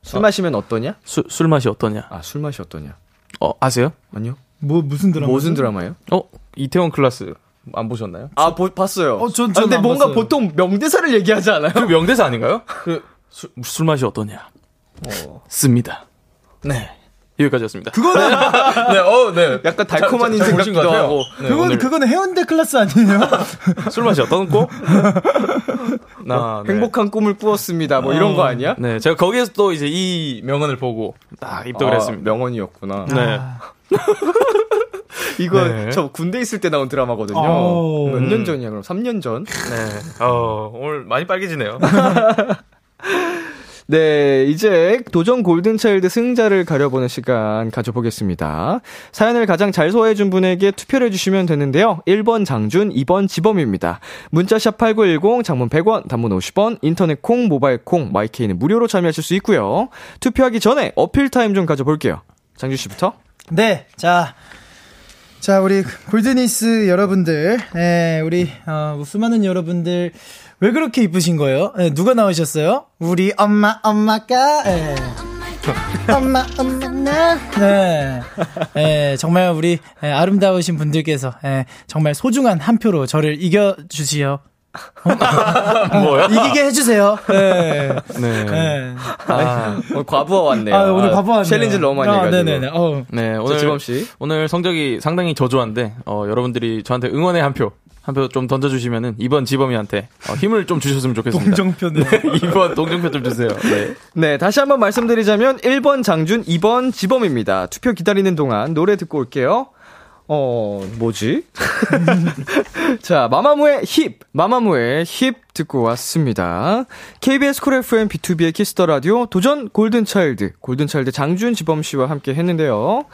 B: 술 마시면 어떠냐?
E: 술, 술 맛이 어떠냐.
B: 아 술 맛이 어떠냐?
E: 어 아세요?
B: 아니요.
D: 뭐, 무슨 드라마?
B: 무슨 드라마예요?
E: 어 이태원 클라스. 안 보셨나요?
B: 아, 보, 봤어요.
E: 어, 전-
B: 아,
E: 전
B: 근데
E: 안
B: 뭔가
E: 봤어요.
B: 보통 명대사를 얘기하지 않아요?
E: 그 명대사 아닌가요? 그 술, 술 맛이 어떠냐? 씁니다. 네. 여기까지였습니다.
D: 그거는
E: 네, 어, 네.
B: 약간
E: 잘- 잘-
B: 달콤한
E: 잘
B: 인생 같기도
E: 보신 것 같아요.
B: 하고.
E: 네,
D: 그건 <laughs>
E: 오늘
D: 그건 해운대
B: <laughs>
D: 클래스 아니에요?
E: 술 맛이 어떠고? 나 네.
B: 행복한 꿈을 꾸었습니다. 뭐 이런 거 아니야?
E: 네, 제가 거기에서 또 이제 이 명언을 보고 딱 입덕을
B: 아,
E: 했습니다.
B: 명언이었구나.
E: 네.
B: 이거
E: 네. 어. 음.
B: 저 군대 있을 때 나온 드라마거든요.
D: 오.
B: 몇 년 전이야, 그럼? 3년 전?
E: 네. 어, 오늘 많이 빨개지네요.
B: 네, 이제 도전 골든차일드 승자를 가려보는 시간 가져보겠습니다. 사연을 가장 잘 소화해준 분에게 투표를 해주시면 되는데요. 1번 장준, 2번 지범입니다. 문자샵 8910, 장문 100원, 단문 50원, 인터넷 콩, 모바일 콩, 마이케이는 무료로 참여하실 수 있고요. 투표하기 전에 어필 타임 좀 가져볼게요. 장준 씨부터.
D: 네, 자. 자, 우리 골드니스 여러분들, 예, 우리, 어, 수많은 여러분들, 왜 그렇게 이쁘신 거예요? 예, 누가 나오셨어요? 우리 엄마, 엄마가, 예. 엄마, 엄마, 나. 네. 예, 정말 우리, 예, 아름다우신 분들께서, 예, 정말 소중한 한 표로
B: <laughs>
D: 저를 이겨주시요.
E: 뭐야?
D: 이기게 해주세요. 예.
E: 네.
D: 예. <laughs>
E: 아,
B: 오늘 과부하 왔네요.
D: 아, 오늘 바보 왔네요.
B: 챌린지를 너무 많이
D: 아,
B: 해가지고.
D: 네네네. 어.
E: 네,
B: 자,
E: 오늘
B: 지범 씨.
E: 오늘 성적이 상당히 저조한데 어, 여러분들이 저한테 응원의 한 표, 한 표 좀 던져주시면은 이번 지범이한테 어, 힘을 좀 주셨으면 좋겠습니다.
D: 동정표네.
E: <laughs> 이번 동정표 좀 주세요. 네.
B: 네, 다시 한번 말씀드리자면 1번 장준, 2번 지범입니다. 투표 기다리는 동안 노래 듣고 올게요. 어, 뭐지? <laughs> 자, 마마무의 힙, 마마무의 힙 듣고 왔습니다. KBS 쿨 FM B2B의 키스터 라디오 도전 골든차일드, 골든차일드 장준 지범 씨와 함께 했는데요.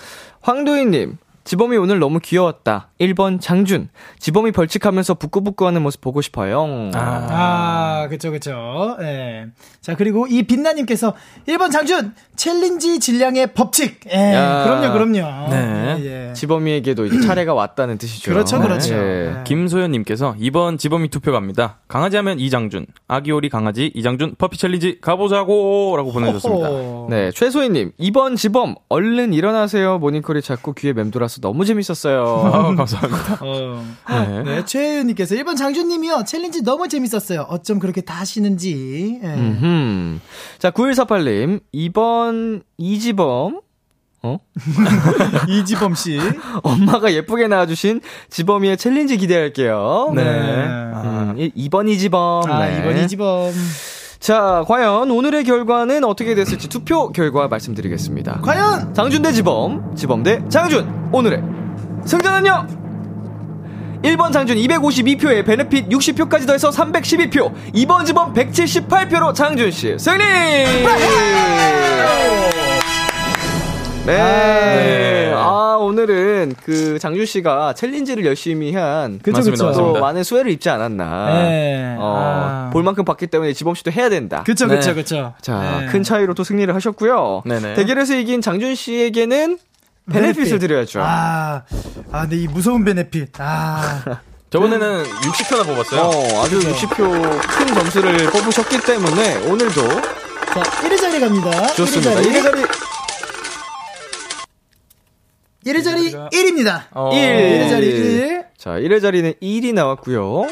B: 황도희님, 지범이 오늘 너무 귀여웠다. 1번 장준, 지범이 벌칙하면서 부끄부끄하는 모습 보고 싶어요.
D: 아, 그쵸, 그쵸. 예. 자, 그리고 이 빛나님께서 1번 장준! 챌린지 질량의 법칙! 예.
B: 야.
D: 그럼요, 그럼요.
E: 네.
D: 예, 예.
B: 지범이에게도 이제 차례가 왔다는 뜻이죠.
D: 그렇죠, 그렇죠.
B: 예.
D: 예.
E: 네, 김소연님께서 이번 지범이 투표 갑니다. 강아지 하면 이장준, 아기오리 강아지 이장준 퍼피 챌린지 가보자고라고 보내주셨습니다.
D: 호호.
B: 네, 최소희님, 2번 지범, 얼른 일어나세요. 모닝콜이 자꾸 귀에 맴돌아서 너무
D: <laughs>
B: 재밌었어요.
E: 아, 감사합니다.
D: 어.
E: 네.
D: 네, 최혜윤님께서 1번 장준님이요. 챌린지 너무 재밌었어요. 어쩜 그렇게 다 하시는지. 예.
B: 음흠. 자, 9148님, 2번 이지범,
D: 이지범
B: <laughs>
D: 씨.
B: 엄마가 예쁘게 낳아주신 지범이의 챌린지 기대할게요.
D: 네.
B: 음, 2번 이지범.
D: 아,
B: 네.
D: 2번 이지범.
B: 자, 과연 오늘의 결과는 어떻게 됐을지 투표 결과 말씀드리겠습니다.
D: 과연!
B: 장준 대 지범, 지범 대 장준. 오늘의 승자는요. 1번 장준 252표에 베네핏 60표까지 더해서 312표, 2번 지범 178표로 장준 씨 승리! 네. 아, 오늘은 그 장준 씨가 챌린지를 열심히 한
D: 그쵸,
E: 맞습니다,
D: 그쵸.
E: 맞습니다.
B: 또 많은 수혜를 입지 않았나.
D: 네.
B: 어,
D: 아.
B: 볼 만큼 받기 때문에 지범 씨도 해야 된다.
D: 그쵸, 그쵸,
E: 네.
D: 그쵸.
B: 자,
D: 네.
B: 큰 차이로 또 승리를 하셨고요.
E: 네네.
B: 대결에서 이긴 장준 씨에게는 베네핏을
D: 베네핏.
B: 드려야죠.
D: 아, 아, 근데 이 무서운 베네핏. 아.
E: 저번에는 60표나 뽑았어요.
B: 어, 아주 60표 큰 점수를 뽑으셨기 때문에 오늘도
D: 자, 1위 자리 갑니다.
B: 좋습니다.
D: 1위
B: 1위
D: 자리.
B: 자리
D: 1위 자리 예. 1입니다. 네,
E: 어.
B: 1.
D: 1위 자리 1.
B: 자, 1의 자리는 1이 나왔고요.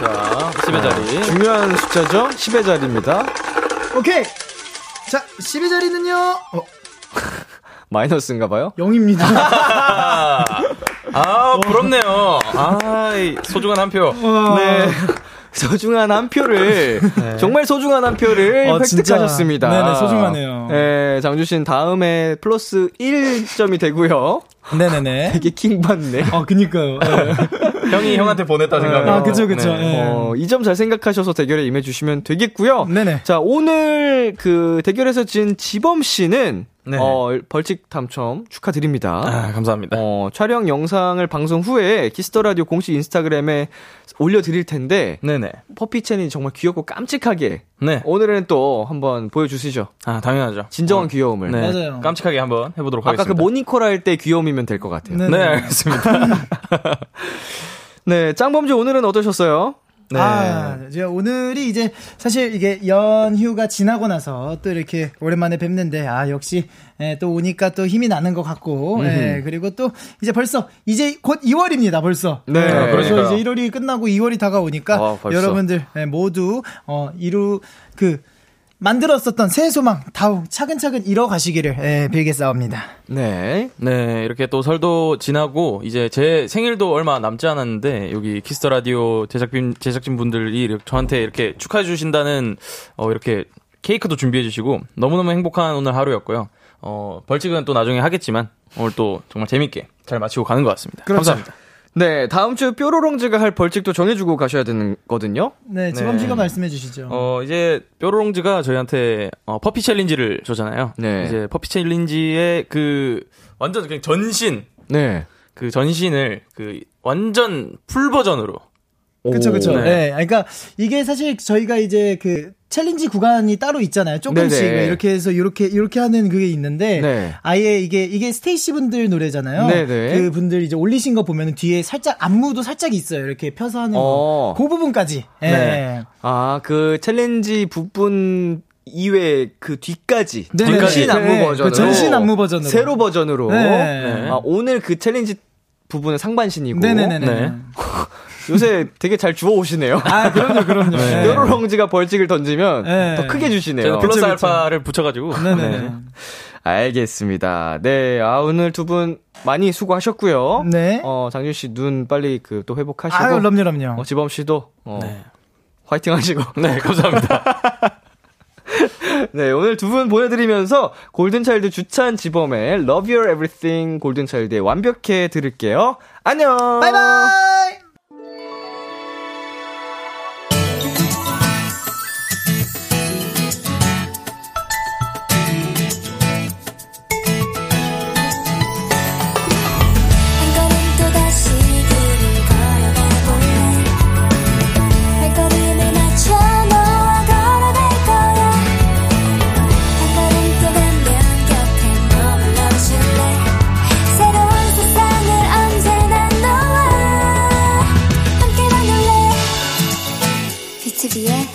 E: 자, 10의
B: 어.
E: 자리.
B: 중요한 숫자죠. 10의 자리입니다.
D: 오케이. 자, 10위 자리는요. 어,
B: 마이너스인가 봐요.
D: 0입니다.
E: 아, 부럽네요. 아, 이 소중한 한 표.
B: 네. <laughs> 소중한 한 표를 정말 소중한 한 표를
D: 네. 어, 진짜.
B: 획득하셨습니다.
D: 네네, 소중하네요.
B: 네, 장준 씨는 다음에 플러스 1점이
D: <laughs>
B: 되고요.
D: <laughs> 네네네.
B: 이게 킹 받네.
D: 어, 그니까요. 예.
E: 형이 형한테 보냈다 생각해요.
D: 아, 그쵸, 그쵸.
E: 네.
D: 예.
B: 어, 이 점 잘 생각하셔서 대결에 임해주시면 되겠고요.
D: <laughs>
E: 음.
D: 네네.
B: 자, 오늘 그 대결에서 진 지범 씨는
E: 네.
B: 어, 벌칙 당첨 축하드립니다.
E: 아, 감사합니다.
B: 어, 촬영 영상을 방송 후에 키스터 라디오 공식 인스타그램에 올려드릴 텐데
E: 네네.
B: 퍼피 첸이 정말 귀엽고 깜찍하게
E: 네.
B: 오늘은 또 한번 보여주시죠.
E: 아, 당연하죠.
B: 진정한 귀여움을.
E: 네.
D: 맞아요.
E: 깜찍하게 한번 해보도록
B: 아까 그
E: 하겠습니다.
B: 모니콜 할 때 귀여움이면 될 것 같아요.
D: 네.
E: 네, 알겠습니다.
B: 네, 짱범주 오늘은 어떠셨어요?
E: 네.
D: 아, 이제 오늘이 이제 사실 이게 연휴가 지나고 나서 또 이렇게 오랜만에 뵙는데 아 역시 예, 또 오니까 또 힘이 나는 것 같고 예,
E: 음흠.
D: 그리고 또 이제 벌써 이제 곧 2월입니다 벌써.
E: 네,
D: 예, 벌써
E: 그러니까요.
D: 이제 1월이 끝나고 2월이 다가오니까
E: 아, 벌써.
D: 여러분들 예, 모두 어 이루 그 만들었었던 새 소망 다욱 차근차근 이뤄 가시기를 예, 빌겠사옵니다.
B: 네.
E: 네, 이렇게 또 설도 지나고 이제 제 생일도 얼마 남지 않았는데 여기 키스터 라디오 제작진 제작진 분들이 이렇게 저한테 이렇게 축하해 주신다는 어 이렇게 케이크도 준비해 주시고 너무너무 행복한 오늘 하루였고요. 어 벌칙은 또 나중에 하겠지만 오늘 또 정말 재밌게 잘 마치고 가는 것 같습니다. 감사합니다.
B: 네, 다음 주 뾰로롱즈가 할 벌칙도 정해주고 가셔야 되거든요.
D: 네, 지범 씨가 말씀해 주시죠.
E: 어 이제 뾰로롱즈가 저희한테 어, 퍼피 챌린지를 줬잖아요. 이제 퍼피 챌린지의 그 완전 그냥 전신
B: 네.
E: 그 전신을 그 완전 풀 버전으로.
D: 그쵸, 그쵸. 네. 그러니까 이게 사실 저희가 이제 그 챌린지 구간이 따로 있잖아요. 조금씩
E: 네네.
D: 이렇게 해서 이렇게 이렇게 하는 그게 있는데
B: 네.
D: 아예 이게 이게 스테이시 분들 노래잖아요.
B: 네네.
D: 그 분들 이제 올리신 거 보면 뒤에 살짝 안무도 살짝 있어요. 이렇게 펴서 하는
B: 어.
D: 거. 그 부분까지. 예.
B: 네. 아, 그 챌린지 부분 이외 그 뒤까지
D: 네,
B: 전신
D: 네.
B: 안무
D: 네,
B: 버전으로
D: 그 전신 안무 버전으로.
B: 세로 버전으로
D: 네.
B: 아, 오늘 그 챌린지 부분은 상반신이고
D: 네네네네. 네.
B: 요새 되게 잘 주워 오시네요.
D: 아, 그럼요,
B: <laughs>
D: 그럼요. 네.
B: 요로롱지가 벌칙을 던지면
D: 네.
B: 더 크게 주시네요.
E: 제가 플러스 알파를 붙여가지고.
D: 네네네.
E: 네.
B: 알겠습니다. 네, 아 오늘 두 분 많이 수고하셨고요.
D: 네.
B: 어 장준 씨 눈 빨리 그 또 회복하시고.
D: 아유, 그럼요, 그럼요.
B: 어, 지범 씨도 어, 화이팅하시고. 네,
E: 감사합니다.
B: 네, 오늘 두 분 보내드리면서 골든차일드 주찬 지범의 Love Your Everything 골든차일드의 완벽해 들을게요. 안녕.
D: 바이바이.
J: 한 걸음 또다시 길을 걸어가볼래 발걸음을 맞춰 너와 걸어갈 거야 한 걸음 또 가면 곁에 머물러줄래 새로운 세상을 언제나 너와 함께 만들래 BTOB의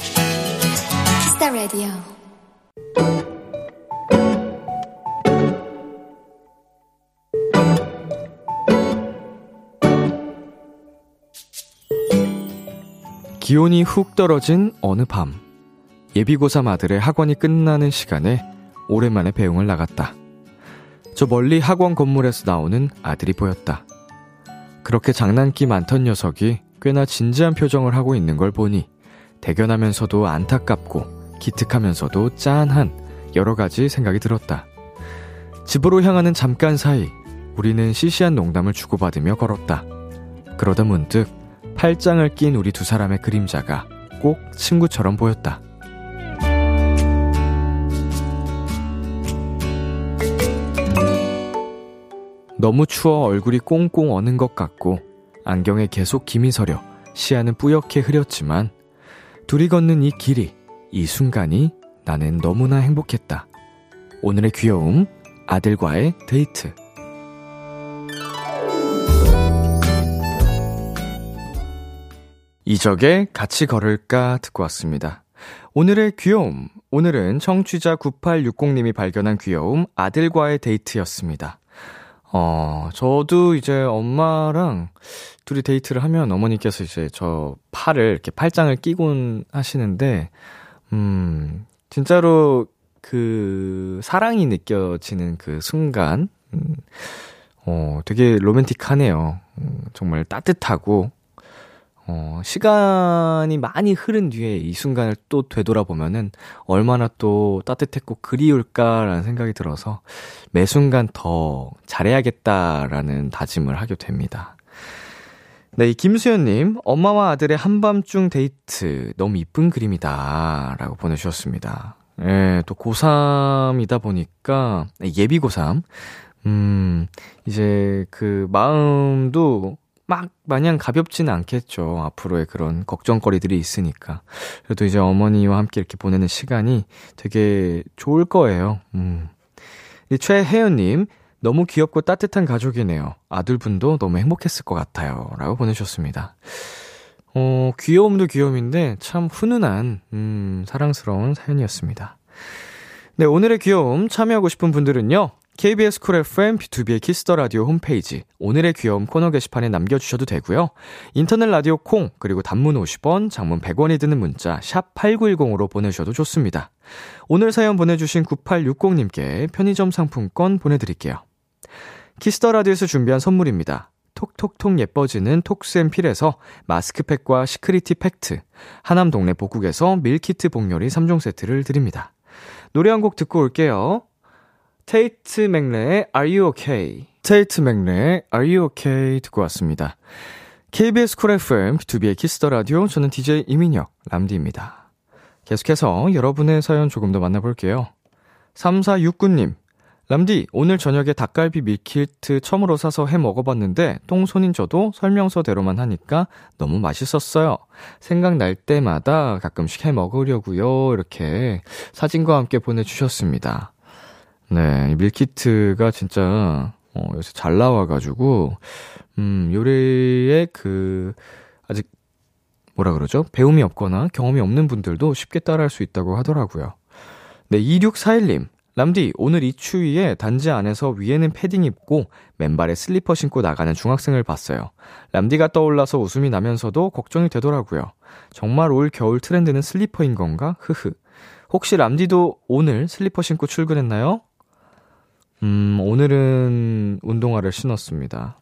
J: Kiss the Radio
B: 기온이 훅 떨어진 어느 밤 예비고삼 아들의 학원이 끝나는 시간에 오랜만에 배웅을 나갔다. 저 멀리 학원 건물에서 나오는 아들이 보였다. 그렇게 장난기 많던 녀석이 꽤나 진지한 표정을 하고 있는 걸 보니 대견하면서도 안타깝고 기특하면서도 짠한 여러 가지 생각이 들었다. 집으로 향하는 잠깐 사이 우리는 시시한 농담을 주고받으며 걸었다. 그러다 문득 팔짱을 낀 우리 두 사람의 그림자가 꼭 친구처럼 보였다. 너무 추워 얼굴이 꽁꽁 어는 것 같고 안경에 계속 김이 서려 시야는 뿌옇게 흐렸지만 둘이 걷는 이 길이 이 순간이 나는 너무나 행복했다. 오늘의 귀여움 아들과의 데이트. 이적에 같이 걸을까 듣고 왔습니다. 오늘의 귀여움. 오늘은 청취자 9860님이 발견한 귀여움 아들과의 데이트였습니다. 어, 저도 이제 엄마랑 둘이 데이트를 하면 어머니께서 이제 저 팔을 이렇게 팔짱을 끼곤 하시는데 음, 진짜로 그 사랑이 느껴지는 그 순간 음, 어, 되게 로맨틱하네요. 음, 정말 따뜻하고 어, 시간이 많이 흐른 뒤에 이 순간을 또 되돌아보면은 얼마나 또 따뜻했고 그리울까라는 생각이 들어서 매 순간 더 잘해야겠다라는 다짐을 하게 됩니다. 네, 이 김수현님, 엄마와 아들의 한밤중 데이트, 너무 이쁜 그림이다. 라고 보내주셨습니다. 예, 또 고3이다 보니까, 네, 예비 고3. 음, 이제 그 마음도 막 마냥 가볍지는 않겠죠. 앞으로의 그런 걱정거리들이 있으니까. 그래도 이제 어머니와 함께 이렇게 보내는 시간이 되게 좋을 거예요. 음. 이 최혜연님, 너무 귀엽고 따뜻한 가족이네요. 아들분도 너무 행복했을 것 같아요. 라고 보내주셨습니다. 어, 귀여움도 귀여움인데 참 훈훈한, 음, 사랑스러운 사연이었습니다. 네, 오늘의 귀여움 참여하고 싶은 분들은요. KBS 쿨 FM B2B의 키스터 라디오 홈페이지 오늘의 귀여움 코너 게시판에 남겨 주셔도 되고요. 인터넷 라디오 콩 그리고 단문 50원, 장문 100원이 드는 문자 샵 8910으로 보내 주셔도 좋습니다. 오늘 사연 보내 주신 9860님께 편의점 상품권 보내 드릴게요. 키스터 라디오에서 준비한 선물입니다. 톡톡톡 예뻐지는 톡스앤필에서 마스크팩과 시크리티 팩트, 하남 동네 복국에서 밀키트 복요리 3종 세트를 드립니다. 노래 한 곡 듣고 올게요. 테이트 맥레의 Are You Okay? 테이트 맥레의 Are You Okay? 듣고 왔습니다. KBS 쿨 FM, B2B의 키스터 라디오, 저는 DJ 이민혁, 람디입니다. 계속해서 여러분의 사연 조금 더 만나볼게요. 3469님, 람디, 오늘 저녁에 닭갈비 밀키트 처음으로 사서 해 먹어봤는데, 똥손인 저도 설명서대로만 하니까 너무 맛있었어요. 생각날 때마다 가끔씩 해 먹으려고요. 이렇게 사진과 함께 보내주셨습니다. 네, 이 밀키트가 진짜, 어, 요새 잘 나와가지고, 음, 요리에 그, 아직, 뭐라 그러죠? 배움이 없거나 경험이 없는 분들도 쉽게 따라할 수 있다고 하더라고요. 네, 2641님. 람디, 오늘 이 추위에 단지 안에서 위에는 패딩 입고 맨발에 슬리퍼 신고 나가는 중학생을 봤어요. 람디가 떠올라서 웃음이 나면서도 걱정이 되더라고요. 정말 올 겨울 트렌드는 슬리퍼인 건가? 흐흐. 혹시 람디도 오늘 슬리퍼 신고 출근했나요? 음, 오늘은 운동화를 신었습니다.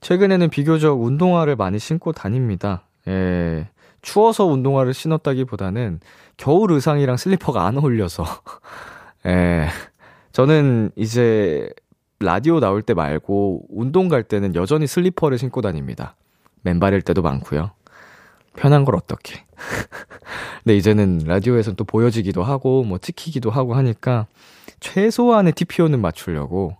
B: 최근에는 비교적 운동화를 많이 신고 다닙니다. 예. 추워서 운동화를 신었다기보다는 겨울 의상이랑 슬리퍼가 안 어울려서. <laughs> 예. 저는 이제 라디오 나올 때 말고 운동 갈 때는 여전히 슬리퍼를 신고 다닙니다. 맨발일 때도 많고요. 편한 걸 어떻게. 근데 이제는 라디오에서는 또 보여지기도 하고 뭐 찍히기도 하고 하니까 최소한의 TPO는 맞추려고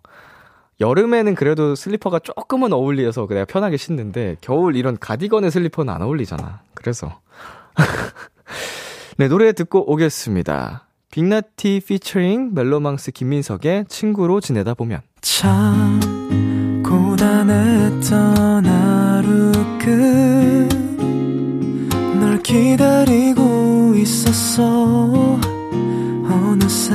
B: 여름에는 그래도 슬리퍼가 조금은 어울려서 내가 편하게 신는데 겨울 이런 가디건의 슬리퍼는 안 어울리잖아. 그래서 <laughs> 네 노래 듣고 오겠습니다. 빅나티 피처링 멜로망스 김민석의 친구로 지내다 보면
C: 참 고단했던 하루 끝널 기다리고 있었어 어느새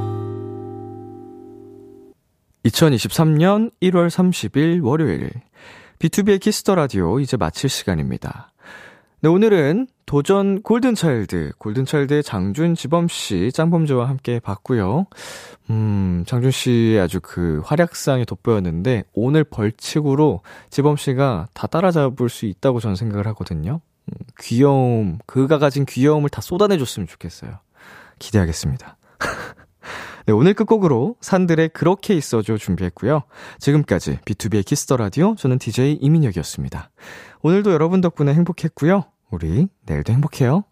B: 2023년 1월 30일 월요일 B2B의 키스터 라디오 이제 마칠 시간입니다. 네, 오늘은 도전 골든차일드, 골든차일드의 장준 지범씨, 짱범즈와 함께 봤고요. 음, 장준씨의 아주 그 활약상이 돋보였는데, 오늘 벌칙으로 지범씨가 다 따라잡을 수 있다고 저는 생각을 하거든요. 음, 귀여움, 그가 가진 귀여움을 다 쏟아내줬으면 좋겠어요. 기대하겠습니다. 네, 오늘 끝곡으로 산들의 그렇게 있어줘 준비했고요. 지금까지 B2B의 키스터 라디오 저는 DJ 이민혁이었습니다. 오늘도 여러분 덕분에 행복했고요. 우리 내일도 행복해요.